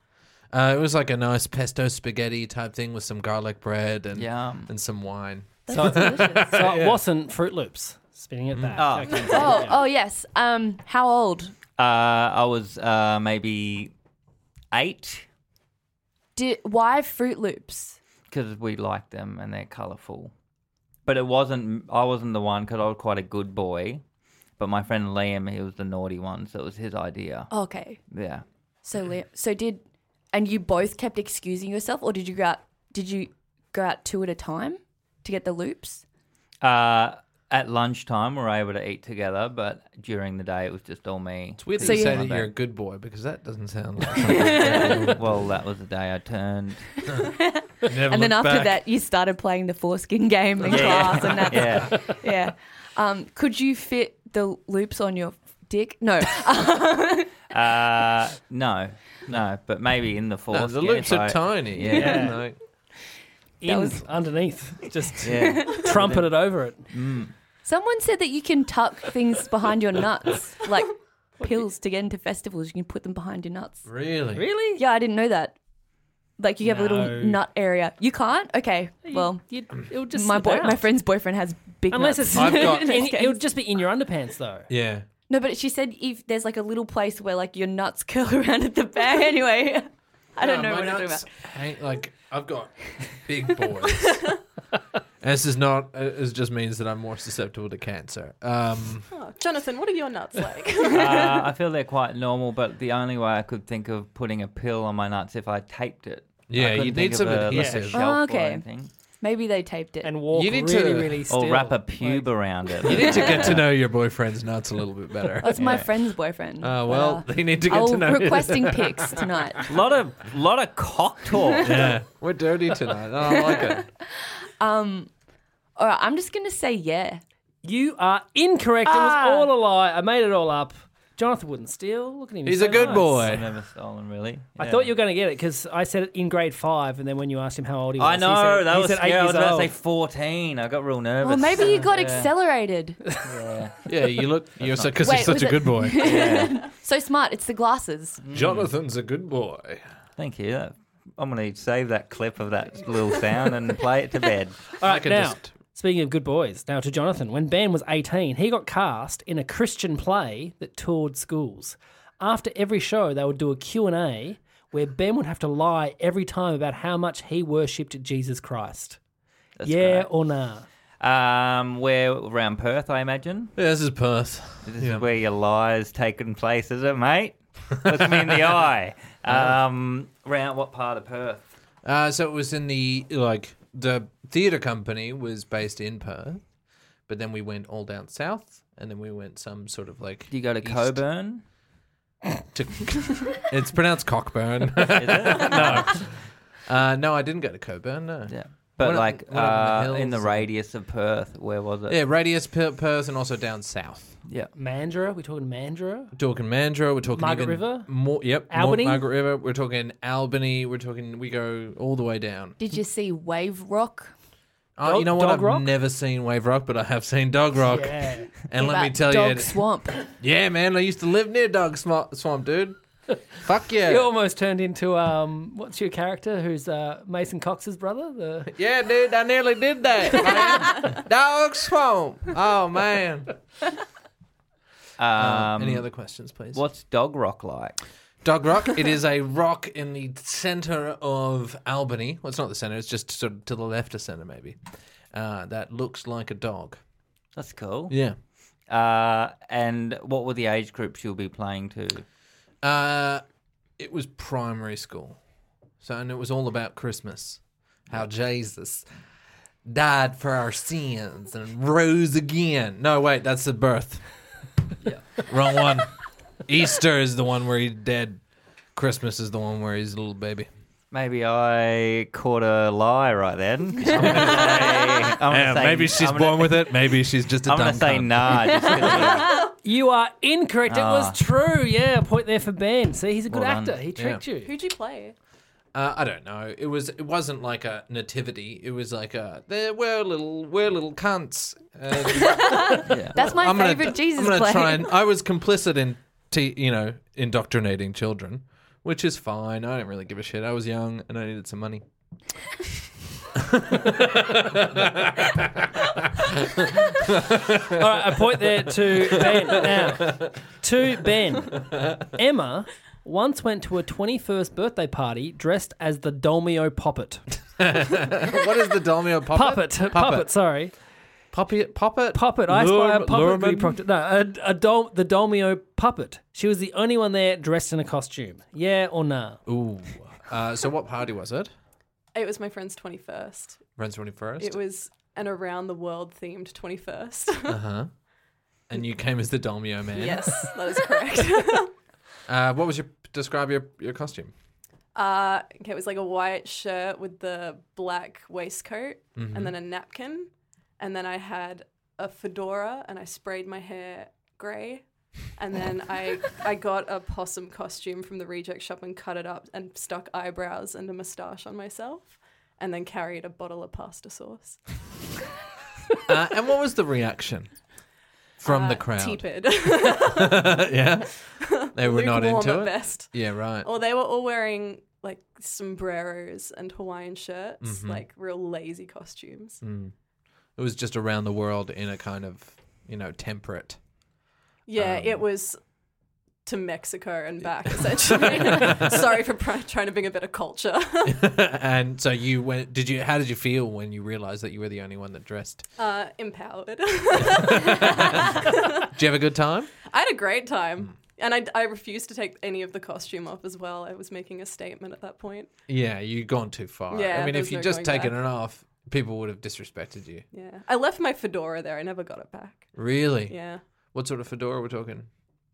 Uh, it was like a nice pesto spaghetti type thing with some garlic bread and
Yum.
and some wine.
So, so
delicious.
it wasn't Fruit Loops. Spinning it back.
Oh.
Okay.
Oh, oh yes. Um, how old?
Uh, I was uh, maybe eight
Did why Fruit Loops?
because we liked them and they're colourful. But it wasn't. I wasn't the one because I was quite a good boy. But my friend Liam, he was the naughty one, so it was his idea.
Oh, Okay,
Yeah.
so Liam, so did, and you both kept excusing yourself, or did you go out? Did you go out two at a time to get the loops?
Uh, at lunchtime, we were able to eat together, but during the day, it was just all me.
It's weird
So
that you
you-
say that you're a good boy because that doesn't sound like something that
well, that was the day I turned.
you never
and then
look
after
back.
that, you started playing the foreskin game in
Yeah.
class, and that. Yeah.
Yeah.
Um, could you fit the loops on your dick? No.
Uh, no, no, but maybe in the fourth.
No, the loops are tiny.
Yeah.
Yeah, like,
In, underneath. Just
Yeah.
trumpeted over it.
Someone said that you can tuck things behind your nuts, like pills to get into festivals. You can put them behind your nuts.
really,
Really?
Yeah, I didn't know that. Like you have a
No.
little nut area. You can't? Okay. Well,
You, it'll just
my
slip
boy,
out.
my friend's boyfriend has big
Unless
nuts.
it's
I've got-
in- it'll just be in your underpants though.
Yeah.
no, but she said if there's like a little place where like your nuts curl around at the back. Anyway, I don't
my
know what I'm talking
nuts
about.
hang- like I've got big boys. and this is not. It it just means that I'm more susceptible to cancer. Um,
Oh, Jonathan, what are your nuts like?
uh, I feel they're quite normal, but the only way I could think of putting a pill on my nuts if I taped it.
Yeah,
I couldn't
you'd
think
need
of
some
a, like, a
adhesive.
shelf
Oh,
or
okay.
anything.
Maybe they taped it.
And walk
You need
really,
to-
really still.
or wrap a pube around it.
you need to get to know your boyfriend's nuts a little bit better.
That's my
Yeah.
friend's boyfriend.
Uh, well,
But, uh,
they need to get
I'll
to know.
requesting pics tonight.
A lot of lot of cock talk.
yeah, we're dirty tonight. I don't like it.
Um, All right, I'm just gonna say yeah.
You are incorrect.
Ah.
It was all a lie. I made it all up. Jonathan wouldn't steal. Look at him.
He's
so
a good
nice.
boy.
I've never stolen really.
I thought you were going to get it because I said it in grade five, and then when you asked him how old he was,
I know
he said,
that
he
was
said
scary.
eight
I was
years
about
old.
to say fourteen. I got real nervous.
Well, maybe you got
Yeah.
accelerated.
Yeah.
Yeah, you look. You're so because
Wait,
you're such
was
a
it-
good boy.
So smart. It's the glasses.
Jonathan's a good boy.
Thank you. That- I'm gonna save that clip of that little sound and play it to bed.
All
I
right,
can
now
just-
speaking of good boys, now to Jonathan. When Ben was eighteen, he got cast in a Christian play that toured schools. After every show, they would do a Q and A where Ben would have to lie every time about how much he worshipped Jesus Christ.
That's
yeah
great.
or nah?
Um, where around Perth, I imagine.
Yeah, this is Perth.
This is where your lie's taking place, is it, mate? Look me in the eye.
Uh-huh.
Um, round what part of Perth?
Uh, so it was in the like the theater company was based in Perth, but then we went all down south, and then we went some sort of like.
Do you go to
east
Coburn?
to- it's pronounced Cockburn.
Is it?
no, uh, no, I didn't go to Coburn. No.
yeah. But
One up-
like
one up in
uh,
the
in the
hills.
radius of Perth, where was it?
Yeah, radius per- Perth, and also down south.
yeah.
Mandurah? We're talking Mandurah?
We're talking Mandurah. We're talking
Margaret
even
River?
More, yep. more
Albany?
Margaret River. We're talking Albany. We're talking. We go all the way down.
Did you see Wave Rock?
Oh,
Dog-
you know what?
Dog
I've
Rock?
never seen Wave Rock, but I have seen Dog Rock.
Yeah.
And let me
About
tell
Dog
you, it-
Swamp.
yeah, man, I used to live near Dog Swamp, swamp dude. Fuck
You
yeah,
almost turned into um, what's your character? Who's uh, Mason Cox's brother? The
yeah, dude, I nearly did that. man. Dog Swamp. Oh man. Uh,
Um,
Any other questions, please?
What's Dog Rock like?
Dog Rock. It is a rock in the center of Albany. Well, it's not the center. It's just sort of to the left of center, maybe. Uh, that looks like a dog.
That's cool.
Yeah.
Uh, and what were the age groups you'll be playing to?
Uh, it was primary school, so and it was all about Christmas, how Jesus died for our sins and rose again. No, wait, that's the birth. Wrong one. Easter is the one where he's dead. Christmas is the one where he's a little baby.
Maybe I caught a lie right then. I'm gonna say- I'm gonna say- I'm gonna-
with it. Maybe she's just a
I'm gonna say nah. Just 'cause
you are incorrect. It
Ah.
was true. Yeah, point there for Ben. See, he's a good
Well done.
actor. He tricked you.
Who'd you play?
Uh, I don't know. It was. It wasn't like a nativity. It was like a. There were little. We're little cunts. And
That's my
I'm gonna-
favorite Jesus
I'm gonna
play.
try and I was complicit in, te- you know, indoctrinating children, which is fine. I don't really give a shit. I was young and I needed some money.
All right, a point there to Ben. Now, to Ben. Emma once went to a 21st birthday party dressed as the Dolmio puppet.
what is the Dolmio puppet?
Puppet, puppet, sorry.
Puppet. Puppet.
Puppet. I spy a
Lure-
puppet.
Lureman?
reproduct- No, a, a Dol- the Dolmio puppet. She was the only one there dressed in a costume. Yeah or nah?
Ooh. Uh, so what party was it?
It was my friend's 21st.
Friends twenty first.
It was an around the world themed 21st.
Uh huh. And you came as the Dolmio man.
yes, that is correct.
Uh, what was your describe your your costume?
Uh, okay, it was like a white shirt with the black waistcoat and then a
Mm-hmm.
napkin. And then I had a fedora and I sprayed my hair grey. And then I, I got a possum costume from the reject shop and cut it up and stuck eyebrows and a moustache on myself. And then carried a bottle of pasta sauce
Uh, and what was the reaction from the
Uh,
crowd?
Tepid,
yeah, they were not
Lukewarm
into
at
it.
best. Oh.
Yeah, right.
Or they were all wearing like sombreros and Hawaiian shirts, like real lazy costumes.
It was just around the world in a kind of, you know, temperate.
Yeah, it was to Mexico and back essentially. Sorry for pr- trying to bring a bit of culture.
and so you went. Did you? How did you feel when you realized that you were the only one that dressed?
Uh, empowered.
Did you have a good time?
I had a great time. And I, I refused to take any of the costume off as well. I was making a statement at that point.
Yeah, you gone too far.
Yeah,
I mean, if
there's
you
no
would just
going
taken
back.
it off, people would have disrespected you.
Yeah. I left my fedora there. I never got it back.
Really?
Yeah.
What sort of fedora we're talking?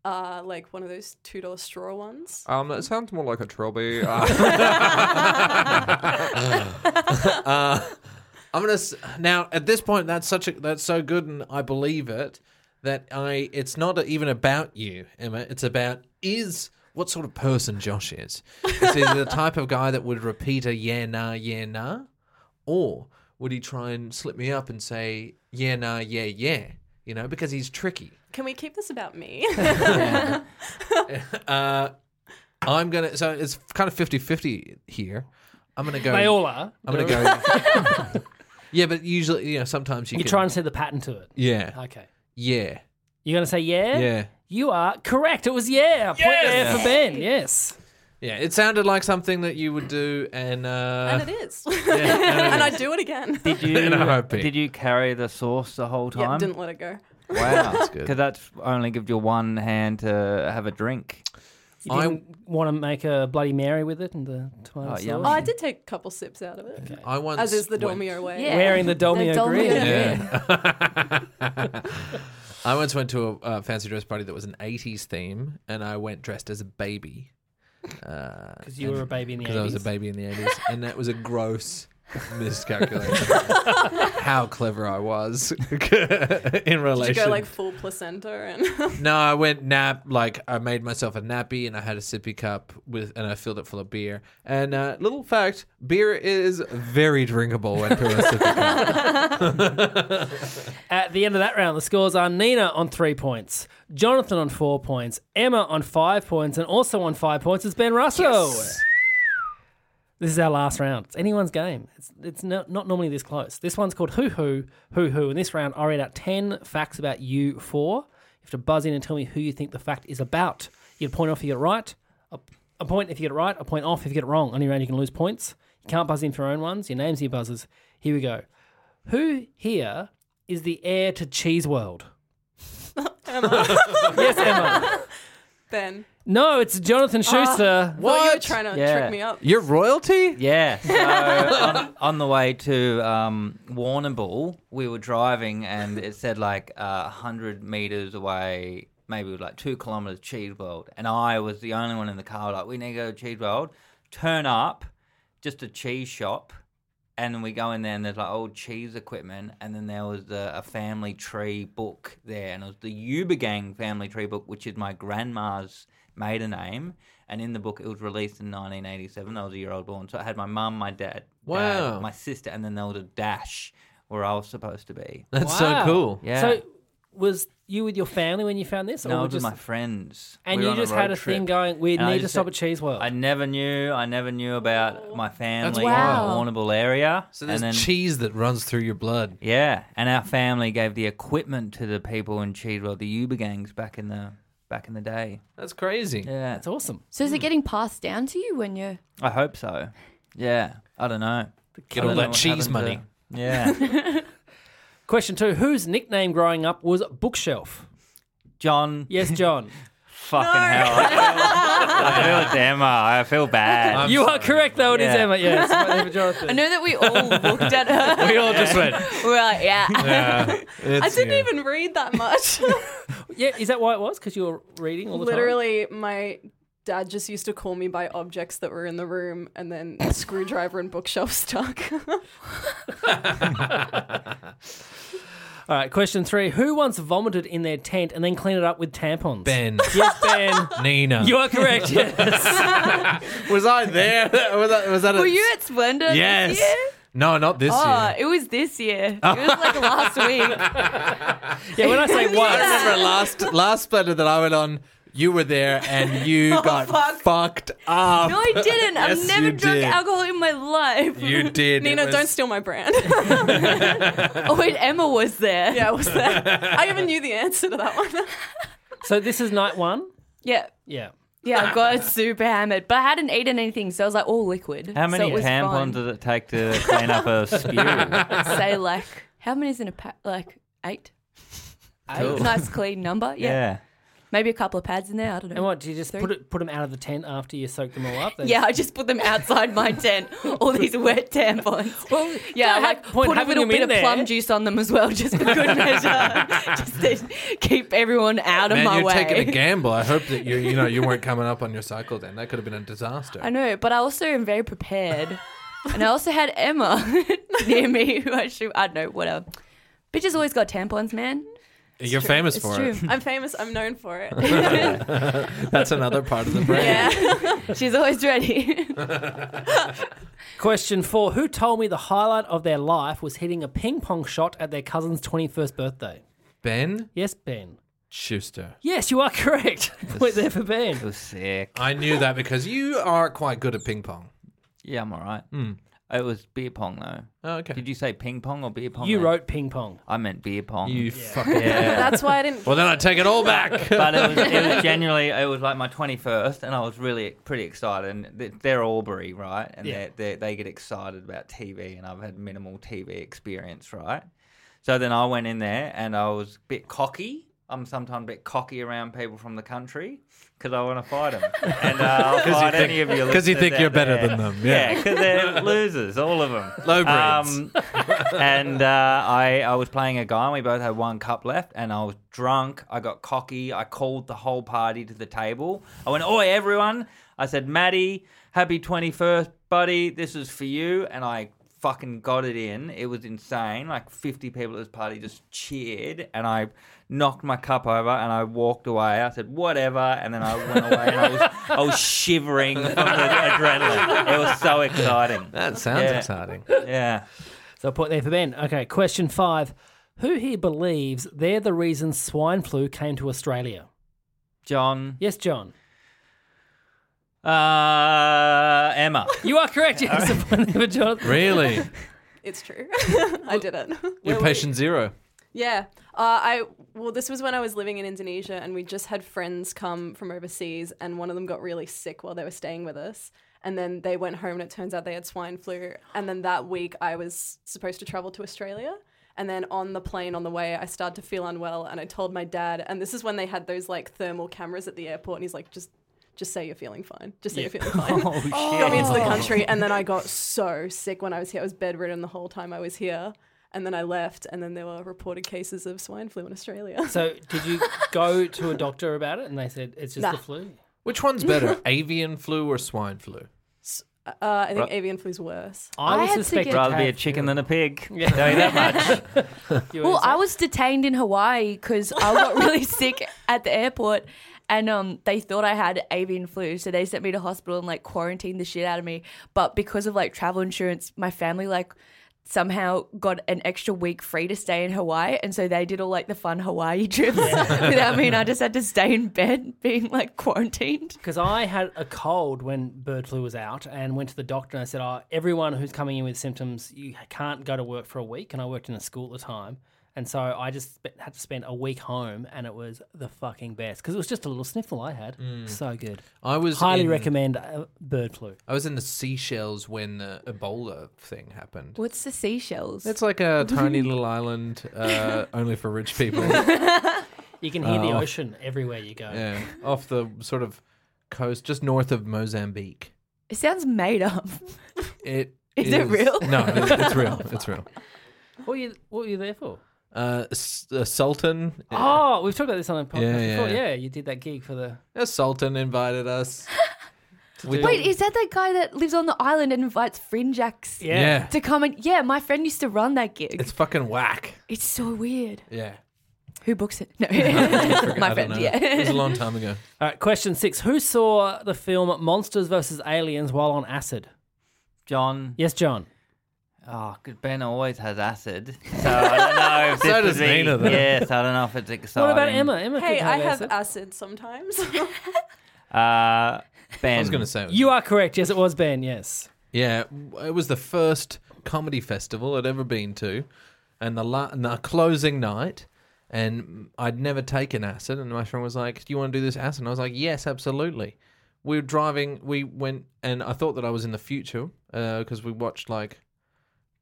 Uh, like one of those $2 straw ones.
Uh,
Um, it sounds more like a uh, trolley. Uh, I'm gonna s- now at this point that's such a that's so good and I believe it that I it's not even about you Emma it's about is what sort of person Josh is is he the type of guy that would repeat a yeah nah yeah nah or would he try and slip me up and say yeah nah yeah yeah you know because he's tricky
Can we keep this about me?
uh, I'm gonna so it's kind of 50-50 here I'm gonna go
They all are.
I'm gonna go yeah but usually you know sometimes you
You're
can-
trying to see the pattern to it.
yeah
Okay.
Yeah.
You're going to say yeah?
Yeah.
You are correct. It was yeah. A Point there for Ben. Yes.
Yeah, it sounded like something that you would do, and uh,
and it is.
and it
and
is.
I'd do it again.
Did you
In a heartbeat.
did you carry the sauce the whole
Yeah,
time?
didn't let it go.
Wow,
That's good.
because that's only gives you one hand to have a drink.
You
I-
didn't want to make a Bloody Mary with it and the tomato
Oh,
sauce.
yum.
Oh, I did take a couple sips out of it,
I once
as is the
went-
Dormier way.
Yeah.
Wearing the Dolmio
The
grid.
Dolmio grid.
Yeah. I once went to a uh, fancy dress party that was an '80s theme, and I went dressed as a baby. Because
Because you were a baby in the 80s.
Because I was a baby in the '80s, and that was a gross miscalculation. How clever I was in
Did
relation.
you go like full placenta and
No, I went nap. Like I made myself a nappy, and I had a sippy cup with, and I filled it full of beer. And uh, little fact: beer is very drinkable when through a sippy cup.
At the end of that round, the scores are Nina on three points, Jonathan on four points, Emma on five points, and also on five points is Ben Russell. This is our last round. It's anyone's game. It's, it's no, not normally this close. This one's called Hoo Hoo, Hoo Hoo. In this round, I read out 10 facts about you four. You have to buzz in and tell me who you think the fact is about. You get a point off if you get it right, a, a point if you get it right, a point off if you get it wrong. On your round, you can lose points. You can't buzz in for your own ones. Your name's your buzzers. Here we go. Who here is the heir to Cheese World?
Emma?
Yes, Emma.
ben,
no, it's
Oh,
Jonathan Schuster.
what? you were
What?
trying to
Yeah.
trick me up.
You're royalty.
Yeah. So on, on the way to um, Warrnambool, we were driving and it said like uh, 100 meters away, maybe it was like two kilometers, Cheese World. And I was the only one in the car, like, we need to go to Cheese World. Turn up, just a cheese shop. And we go in there and there's like old cheese equipment. And then there was the, a family tree book there. And it was the Yuba Gang family tree book, which is my grandma's maiden name. And in the book, it was released in 1987. I was a year old born. So I had my mum, my dad,
Wow.
dad, my sister, and then there was a dash where I was supposed to be.
That's
Wow.
so cool.
Yeah.
So, was you with your family when you found this?
no,
were
it was my friends.
and
We were
you
on
just had
road
a thing
trip.
going, we
And I
need to
just
stop at
said-
Cheese World.
I never knew. I never knew about my family in the
wild.
Warrnambool area.
So there's
and then,
cheese that runs through your blood.
Yeah, and our family gave the equipment to the people in Cheadwell, the Uber gangs back in the back in the day.
That's crazy.
Yeah,
That's awesome.
So is it getting passed down to you when you're?
I hope so. Yeah, I don't know.
Get all
I don't know
that
what
cheese
happened to-
money.
yeah,
Question two Whose nickname growing up was Bookshelf?
John.
Yes, John.
Fucking hell! I feel, I feel it's Emma. I feel bad.
I'm
you are
sorry.
correct, though. It is
Yeah.
Emma. Yes. right there for Jonathan.
I know that we all looked at her.
We all just went.
we were like, yeah.
Yeah,
I
it's-
didn't
yeah.
even read that much.
Yeah, is that why it was? Because you were reading all the
Literally, my dad just used to call me by objects that were in the room, and then screwdriver and bookshelf stuck.
time? All right, question three Who once vomited in their tent and then cleaned it up with tampons?
Ben,
Yes, Ben.
Nina.
You are correct. Yes.
was I there? was that? Was that?
Were you at Splendor? this
yes.
year?
No, not this
Oh,
year.
it was this year. It was like last week.
yeah, when I say
Well, I
once,
remember last last splendor that I went on. You were there, and you got
Oh, fuck.
fucked up.
No, I didn't.
Yes,
I've never
you
drunk
did.
alcohol in my life.
You did.
Nina,
It was-
don't steal my brand.
Oh, wait, Emma was there.
yeah, was that? I even knew the answer to that one.
so this is night one.
Yeah.
Yeah.
Yeah, I got super hammered, but I hadn't eaten anything, so I was like all liquid.
How
So
many
it was
tampons
fine.
does it take to clean up a spew?
Say like how many's in a pack? Like eight.
Cool.
Nice clean number. Yeah.
Yeah.
Maybe a couple of pads in there. I don't know.
And what do you just
Three.
put it, put them out of the tent after you soak them all up? They-
Yeah, I just put them outside my tent. All these wet tampons.
Well,
yeah,
don't
like
have point
put a
having
little
them in
bit of
there.
plum juice on them as well, just for good measure, just to keep everyone out of
Man,
my
you're
way.
taking a gamble. I hope that you you know you weren't coming up on your cycle then. That could have been a disaster.
I know, but I also am very prepared, and I also had Emma near me, who I should I don't know whatever. Bitches always got tampons, man.
You're famous
It's
for
true.
it.
I'm famous. I'm known for it.
That's another part of the brand.
Yeah, she's always ready.
Question four: Who told me the highlight of their life was hitting a ping pong shot at their cousin's twenty-first birthday?
Ben
Yes, Ben.
Schuster.
Yes, you are correct. Point there for Ben.
It was sick.
I knew that because you are quite good at ping pong. Hmm.
Yeah, I'm all right. It was beer pong though.
Oh, okay.
Did you say ping pong or beer pong?
You
then?
wrote ping pong.
I meant beer pong.
You fucking.
yeah.
That's why I didn't.
Well, then I take it all back.
but it was, it was generally it was like my 21st and i was really pretty excited and th- they're albury right and
Yeah.
they they get excited about tv and i've had minimal tv experience right so then i went in there and i was a bit cocky i'm sometimes a bit cocky around people from the country because i want to fight them and uh, i'll fight any of you
because you think
listeners
you're
out
better
there.
than them.
Yeah,
Yeah.
because they're losers, all of Um, them.
Low breeds.
and uh, I, I was playing a guy, and we both had one cup left, and I was drunk. I got cocky. I called the whole party to the table. I went, Oi, everyone. I said, Maddie, happy 21st, buddy. This is for you. And I fucking got it in. It was insane. Like 50 people at this party just cheered, and I knocked my cup over and I walked away. I said, whatever. And then I went away and I was, I was shivering from the adrenaline. It was so exciting.
That sounds
Yeah.
exciting.
Yeah.
So point there for Ben. Okay, question five. Who here believes they're the reason swine flu came to Australia?
John.
Yes, John.
Uh, Emma.
Oh,
You are correct. Yes, point there for Jonathan.
Really?
It's true. I didn't.
You're patient zero.
Yeah. Uh, I well, this was when I was living in Indonesia, and we just had friends come from overseas, and one of them got really sick while they were staying with us, and then they went home, and it turns out they had swine flu, and then that week I was supposed to travel to Australia. And then on the plane on the way, I started to feel unwell, and I told my dad. And this is when they had those like thermal cameras at the airport, and he's like, "Just, just say you're feeling fine. Just say you're feeling fine."
Oh, shit.
got me into the country, and then I got so sick when I was here. I was bedridden the whole time I was here, and then I left, and then there were reported cases of swine flu in Australia.
So did you go to a doctor about it and they said it's just
Nah.
the flu?
Which one's better, avian flu or swine flu?
Uh, I think
Right.
avian flu's worse.
I, would
had to
suspect
get-
it
Rather be a
had-
chicken than a pig. Tell you that much.
You
Well,
understand?
I was detained in Hawaii because I got really sick at the airport, and um, they thought I had avian flu, so they sent me to hospital and like quarantined the shit out of me. But because of like travel insurance, my family like somehow got an extra week free to stay in Hawaii, and so they did all like the fun Hawaii trips without me, and I just had to stay in bed being like quarantined.
Because I had a cold when bird flu was out and went to the doctor and I said, oh, everyone who's coming in with symptoms, you can't go to work for a week. And I worked in a school at the time. And so I just sp- had to spend a week home and it was the fucking best because it was just a little sniffle I had.
Hmm.
So good.
I was
Highly
Mm. in-
recommend uh, bird flu.
I was in the seashells when the Ebola thing happened.
What's the seashells?
It's like a tiny little island, uh, only for rich people.
You can hear the
Oh.
ocean everywhere you go.
Yeah, off the sort of coast, just north of Mozambique.
it sounds made up.
It
Is it real?
No, it is, it's real. It's real.
What, were you, what were you there for?
Uh, s- uh, Sultan.
Oh, we've talked about this on the podcast
Yeah, yeah,
before.
yeah.
Yeah, you did that gig for the.
Yeah, uh, Sultan invited us. to do-
Wait, is that that guy that lives on the island and invites fringe acts?
yeah.
To come and yeah, my friend used to run that gig.
it's fucking whack.
It's so weird.
Yeah,
Who books it? No,
I
my
don't
friend.
know.
Yeah.
it was a long time ago.
All right, question six. Who saw the film Monsters vs. Aliens while on acid?
John.
Yes, John.
Oh, good. Ben always has acid. So I don't know if this
So
would
does
be-
Nina, though.
Yes, I don't know if it's exciting.
What about Emma? Emma could
Hey, I have
acid.
acid sometimes.
Uh,
I
ben.
was gonna say it was-
You are correct. Yes, it was Ben. Yes.
Yeah, w- it was the first comedy festival I'd ever been to, and the, la- and the closing night, and I'd never taken acid, and my friend was like, "Do you want to do this acid?" And I was like, "Yes, absolutely." We were driving. We went, and I thought that I was in the future because we watched like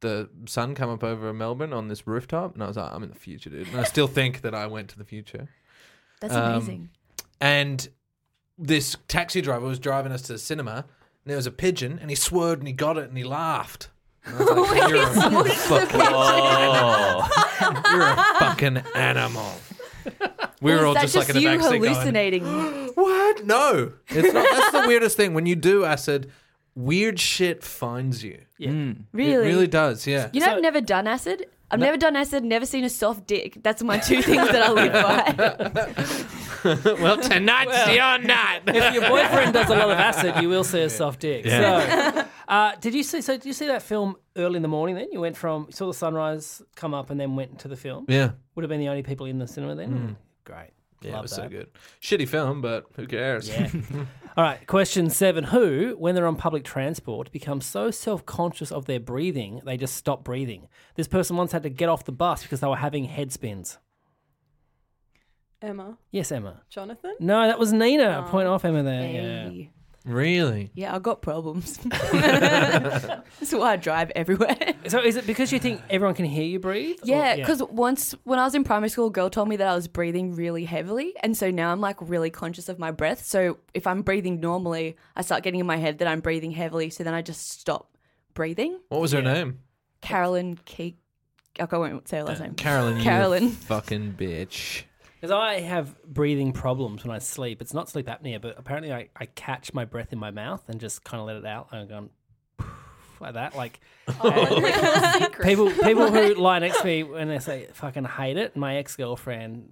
the sun come up over Melbourne on this rooftop, and I was like, "I'm in the future, dude." And I still think that I went to the future
That's
Um,
amazing.
and this taxi driver was driving us to the cinema, and there was a pigeon, and he swerved and he got it and he laughed. And I was like, you're, a fucking,
Oh.
you're a fucking animal. We were all just like in the
you
back seat going,
hallucinating?
What? No, it's not. That's the weirdest thing. When you do acid, weird shit finds you.
really?
It really does. Yeah.
You know, I've never done acid. I've never done acid. Never seen a soft dick. That's my two things that I live by.
well, tonight's your night.
If your boyfriend does a lot of acid, you will see a soft dick. So, uh, did you see? So, did you see that film early in the morning? Then you went from you saw the sunrise come up and then went to the film.
yeah. Hmm.
Would have been the only people in the cinema then. Great.
Yeah,
Love
it was so
that.
good. Shitty film, but who cares?
Yeah. All right. Question seven: Who, when they're on public transport, becomes so self-conscious of their breathing they just stop breathing? This person once had to get off the bus because they were having head spins.
Emma,
Yes, Emma.
Jonathan.
No, that was Nina. Point off Emma there. Yeah.
Hey.
Really?
Yeah, I've got problems. That's why I drive everywhere.
So is it because you think everyone can hear you breathe? Or-
Yeah, because once when I was in primary school, a girl told me that I was breathing really heavily. And so now I'm like really conscious of my breath. So if I'm breathing normally, I start getting in my head that I'm breathing heavily. So then I just stop breathing.
What was her name?
Carolyn Keek. I won't say her last name.
Carolyn. you
Carolyn.
fucking bitch.
Because I have breathing problems when I sleep. It's not sleep apnea, but apparently I, I catch my breath in my mouth and just kind of let it out and I'm going like that. Like people people who lie next to me and they say fucking hate it. My ex girlfriend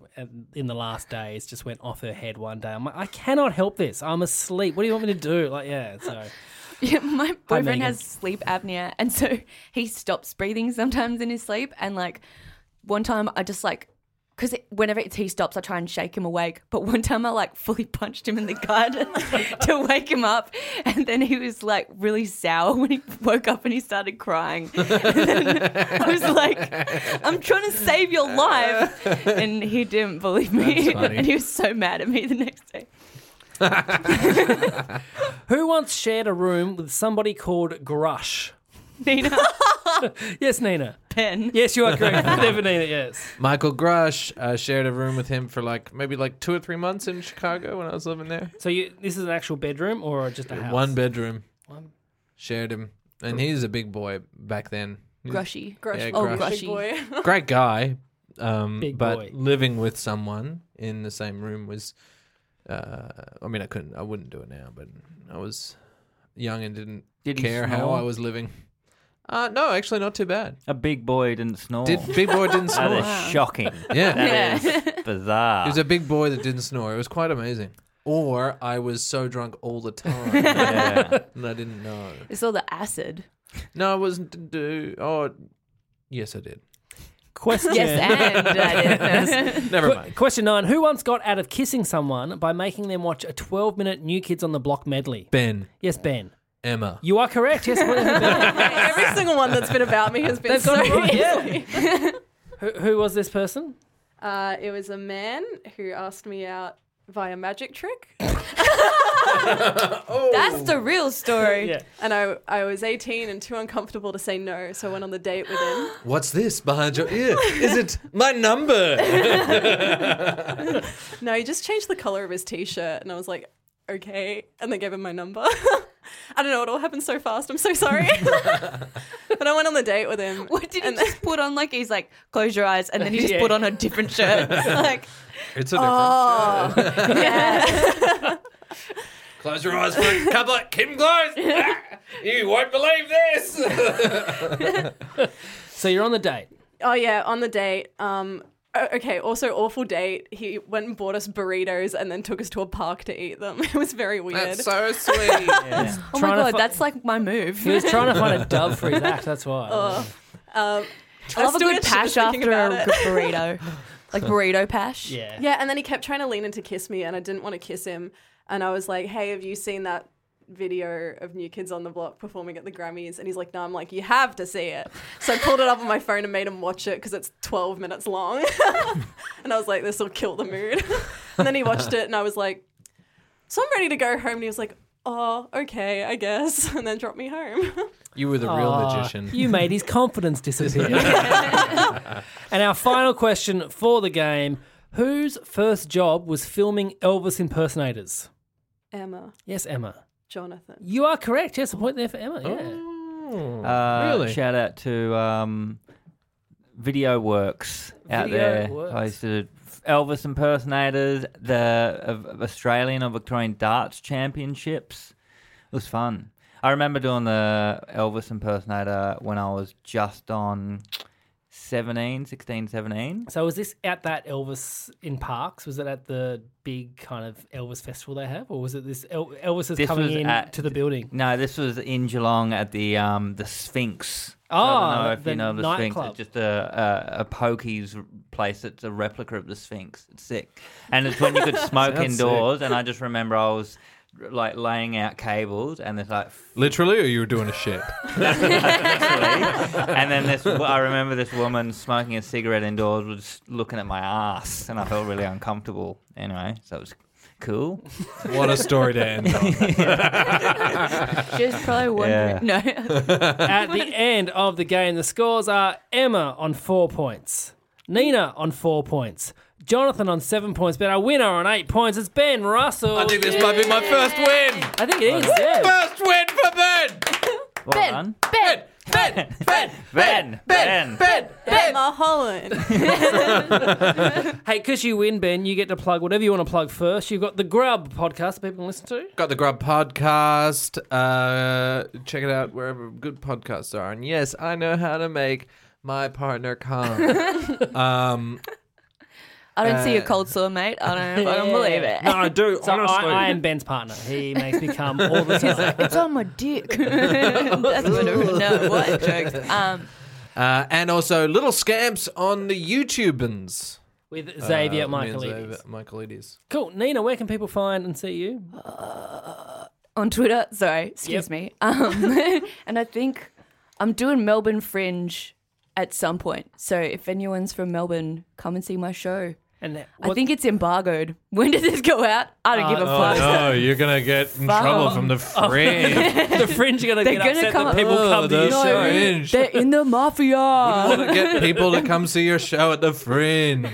in the last days just went off her head one day. I'm like, I cannot help this. I'm asleep. What do you want me to do? Like yeah, so
Yeah, my boyfriend
Megan.
has sleep apnea, and so he stops breathing sometimes in his sleep. And like one time, I just like because whenever it's he stops, I try and shake him awake. But one time, I like fully punched him in the gut to wake him up, and then he was like really sour when he woke up and he started crying. And then I was like, "I'm trying to save your life," and he didn't believe me,
That's funny.
and he was so mad at me the next day.
who once shared a room with somebody called Grush?
Nina,
Yes, Nina.
Ben,
Yes, you are correct. Never Nina. Yes.
Michael Grush uh, shared a room with him for like maybe like two or three months in Chicago when I was living there.
So you this is an actual bedroom or just a house?
One bedroom. Shared him, and he's a big boy back then. He's a
Grushy.
Yeah,
Oh,
Grush.
Big boy.
Grushy.
Great guy, um,
Big
but
boy.
living with someone in the same room was. Uh, I mean, I couldn't. I wouldn't do it now, but I was young and didn't
Did he
care how
snore?
I was living. Uh, no, actually, not too bad.
A big boy didn't snore.
Did big boy didn't
Oh. that
snore?
is shocking.
Yeah.
That is
It
bizarre.
was a big boy that didn't snore. It was quite amazing. Or I was so drunk all the time
yeah.
and I didn't know.
It's all the acid.
No, I wasn't. Do oh, yes, I did.
Question.
Yes, and uh, I didn't know.
Never mind.
Question nine: Who once got out of kissing someone by making them watch a 12-minute New Kids on the Block medley?
Ben,
Yes, Ben.
Emma.
You are correct. Yes, Ben.
Every single one that's been about me has been
They've
so
got it right,
easily.
who, who was this person?
Uh, it was a man who asked me out via magic trick,
That's the real story.
Yeah.
and I I was 18 and too uncomfortable to say no, so I went on the date with him.
What's this behind your ear? Is it my number?
No, he just changed the color of his t-shirt, and I was like, okay. And they gave him my number. I don't know. It all happened so fast. I'm so sorry. but I went on the date with him.
What did he just put on? Like he's like, close your eyes, and then he just
Yeah.
put on a different shirt. like,
It's a different.
oh, yeah.
Close your eyes for a couple. Of, keep them closed. you won't believe this.
So you're on the date.
Oh yeah, on the date. Um, o- okay. Also, awful date. He went and bought us burritos, and then took us to a park to eat them. It was very weird.
That's so sweet.
oh my
Trying to
god,
fi-
that's like my move.
He was trying to find a dove for his act. That's why.
Oh.
um,
I love a
still
good
get shivers
pash
thinking
after
about
a
it.
good burrito, like burrito pash.
yeah.
yeah, and then he kept trying to lean in to kiss me, and I didn't want to kiss him. And I was like, "Hey, have you seen that video of New Kids on the Block performing at the Grammys?" And he's like, "No." I'm like, "You have to see it." So I pulled it up on my phone and made him watch it because it's 12 minutes long. and I was like, "This will kill the mood." and then he watched it, and I was like, "So I'm ready to go home." And he was like, "Oh, okay, I guess," and then dropped me home.
You were the real
Aw,
magician.
You made his confidence disappear. and our final question for the game: Whose first job was filming Elvis impersonators?
Emma,
Yes, Emma.
Jonathan.
You are correct. Yes, a point there for Emma.
Oh.
Yeah.
Oh.
Uh,
Really?
Shout out to um, Video Works out
Video
there.
Works.
I used to Elvis impersonators, the uh, Australian or Victorian darts championships. It was fun. I remember doing the Elvis impersonator when I was just on 17, 16, 17.
So was this at that Elvis in Parks? Was it at the big kind of Elvis festival they have, or was it this El- Elvis is
This
coming
was
in
at-
to the building?
No, this was in Geelong at the um, the Sphinx. I
Oh,
don't know if
the
you know the Sphinx.
nightclub.
It's just a, a a pokies place that's a replica of the Sphinx. It's sick, and it's when you could smoke
Sounds
indoors. And I just remember I was like laying out cables, and there's like,
Literally, or you were doing a shit?
and then this. I remember this woman smoking a cigarette indoors was looking at my ass, and I felt really uncomfortable. Anyway, so it was cool.
what a story to end on.
She's probably wondering. No.
at the end of the game, the scores are Emma on four points, Nina on four points, Jonathan on seven points, but our winner on eight points is Ben Russell.
I think this might be my first win.
I think it is. Yeah.
First win for Ben.
Well done.
Ben,
Ben, Ben, Ben, Ben, Ben.
Emma Holland.
Hey, because you win, Ben, you get to plug whatever you want to plug first. You've got the Grub podcast that people can listen to.
Got the Grub podcast. Uh, check it out wherever good podcasts are. And yes, I know how to make my partner come. um,
I don't see a cold sore, mate. I don't know if I can believe it.
No, I do. So I, I am Ben's partner. He makes me come all the time.
It's on my dick. That's what I no, what jokes. Um,
uh, and also Little Scamps on the YouTubans.
With Xavier
Uh, me and
Michael.
Xavier Michaelides.
Cool. Nina, where can people find and see you?
on Twitter, sorry, excuse
Yep.
me. Um, and I think I'm doing Melbourne Fringe at some point. So if anyone's from Melbourne, come and see my show.
And
I think it's embargoed. When did this go out? I don't give a fuck.
Uh, no, Oh, you're gonna get in trouble from the fringe.
the fringe are going to
They're
get
gonna
upset
come
that
up-
people
Oh,
come to your
those
show.
are fringe.
They're in the mafia.
get people to come see your show at the fringe.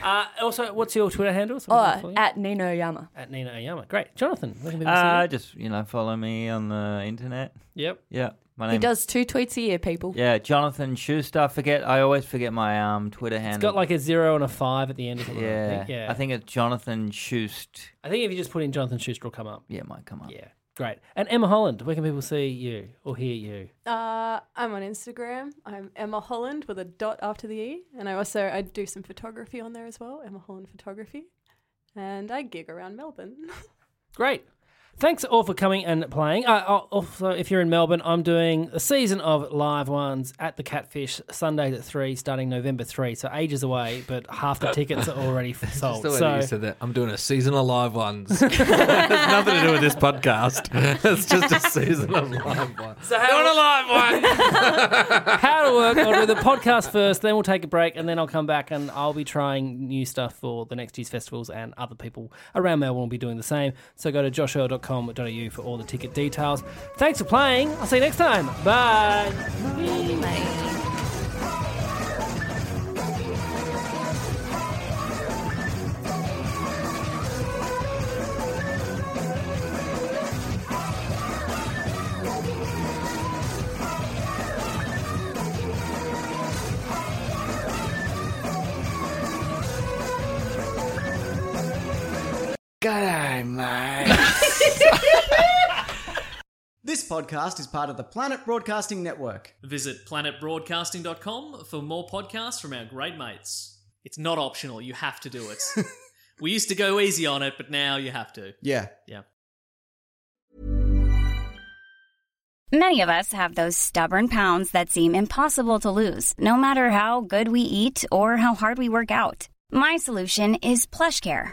Uh, also, what's your Twitter handle? So we can follow
oh,
you.
at Nino Yama.
at Nina Oyama. Great. Jonathan, where can people
Uh,
see
just you know, follow me on the internet.
you? Yep.
Yeah, my
He
name.
does two tweets a year, people.
Yeah, Jonathan Schuster. Forget I always forget my um Twitter handle.
It's got like a zero and a five at the end. Or something,
yeah,
I think. yeah. I think,
it's Jonathan Schust.
if you just put in Jonathan Schuster, will come up.
Yeah, it might come up.
Yeah. Great. And Emma Holland, where can people see you or hear you?
Uh, I'm on Instagram. I'm Emma Holland with a dot after the e, and I also I do some photography on there as well. Emma Holland photography, and I gig around Melbourne.
Great. Thanks all for coming and playing. Uh, oh, also, if you're in Melbourne, I'm doing a season of live ones at the Catfish Sundays at three, starting November three. So ages away, but half the tickets are already f- sold.
That's the way
so
that you said that. I'm doing a season of live ones. It has nothing to do with this podcast. It's just a season of live ones.
So how, how to work. I'll do the podcast first, then we'll take a break, and then I'll come back and I'll be trying new stuff for the next year's festivals, and other people around Melbourne will be doing the same. So go to joshua.com.au for all the ticket details. Thanks for playing. I'll see you next time. Bye.
This podcast is part of the Planet Broadcasting Network.
Visit planetbroadcasting.com for more podcasts from our great mates. It's not optional, you have to do it. we used to go easy on it, but now you have to.
Yeah.
Yeah.
Many of us have those stubborn pounds that seem impossible to lose, no matter how good we eat or how hard we work out. My solution is PlushCare.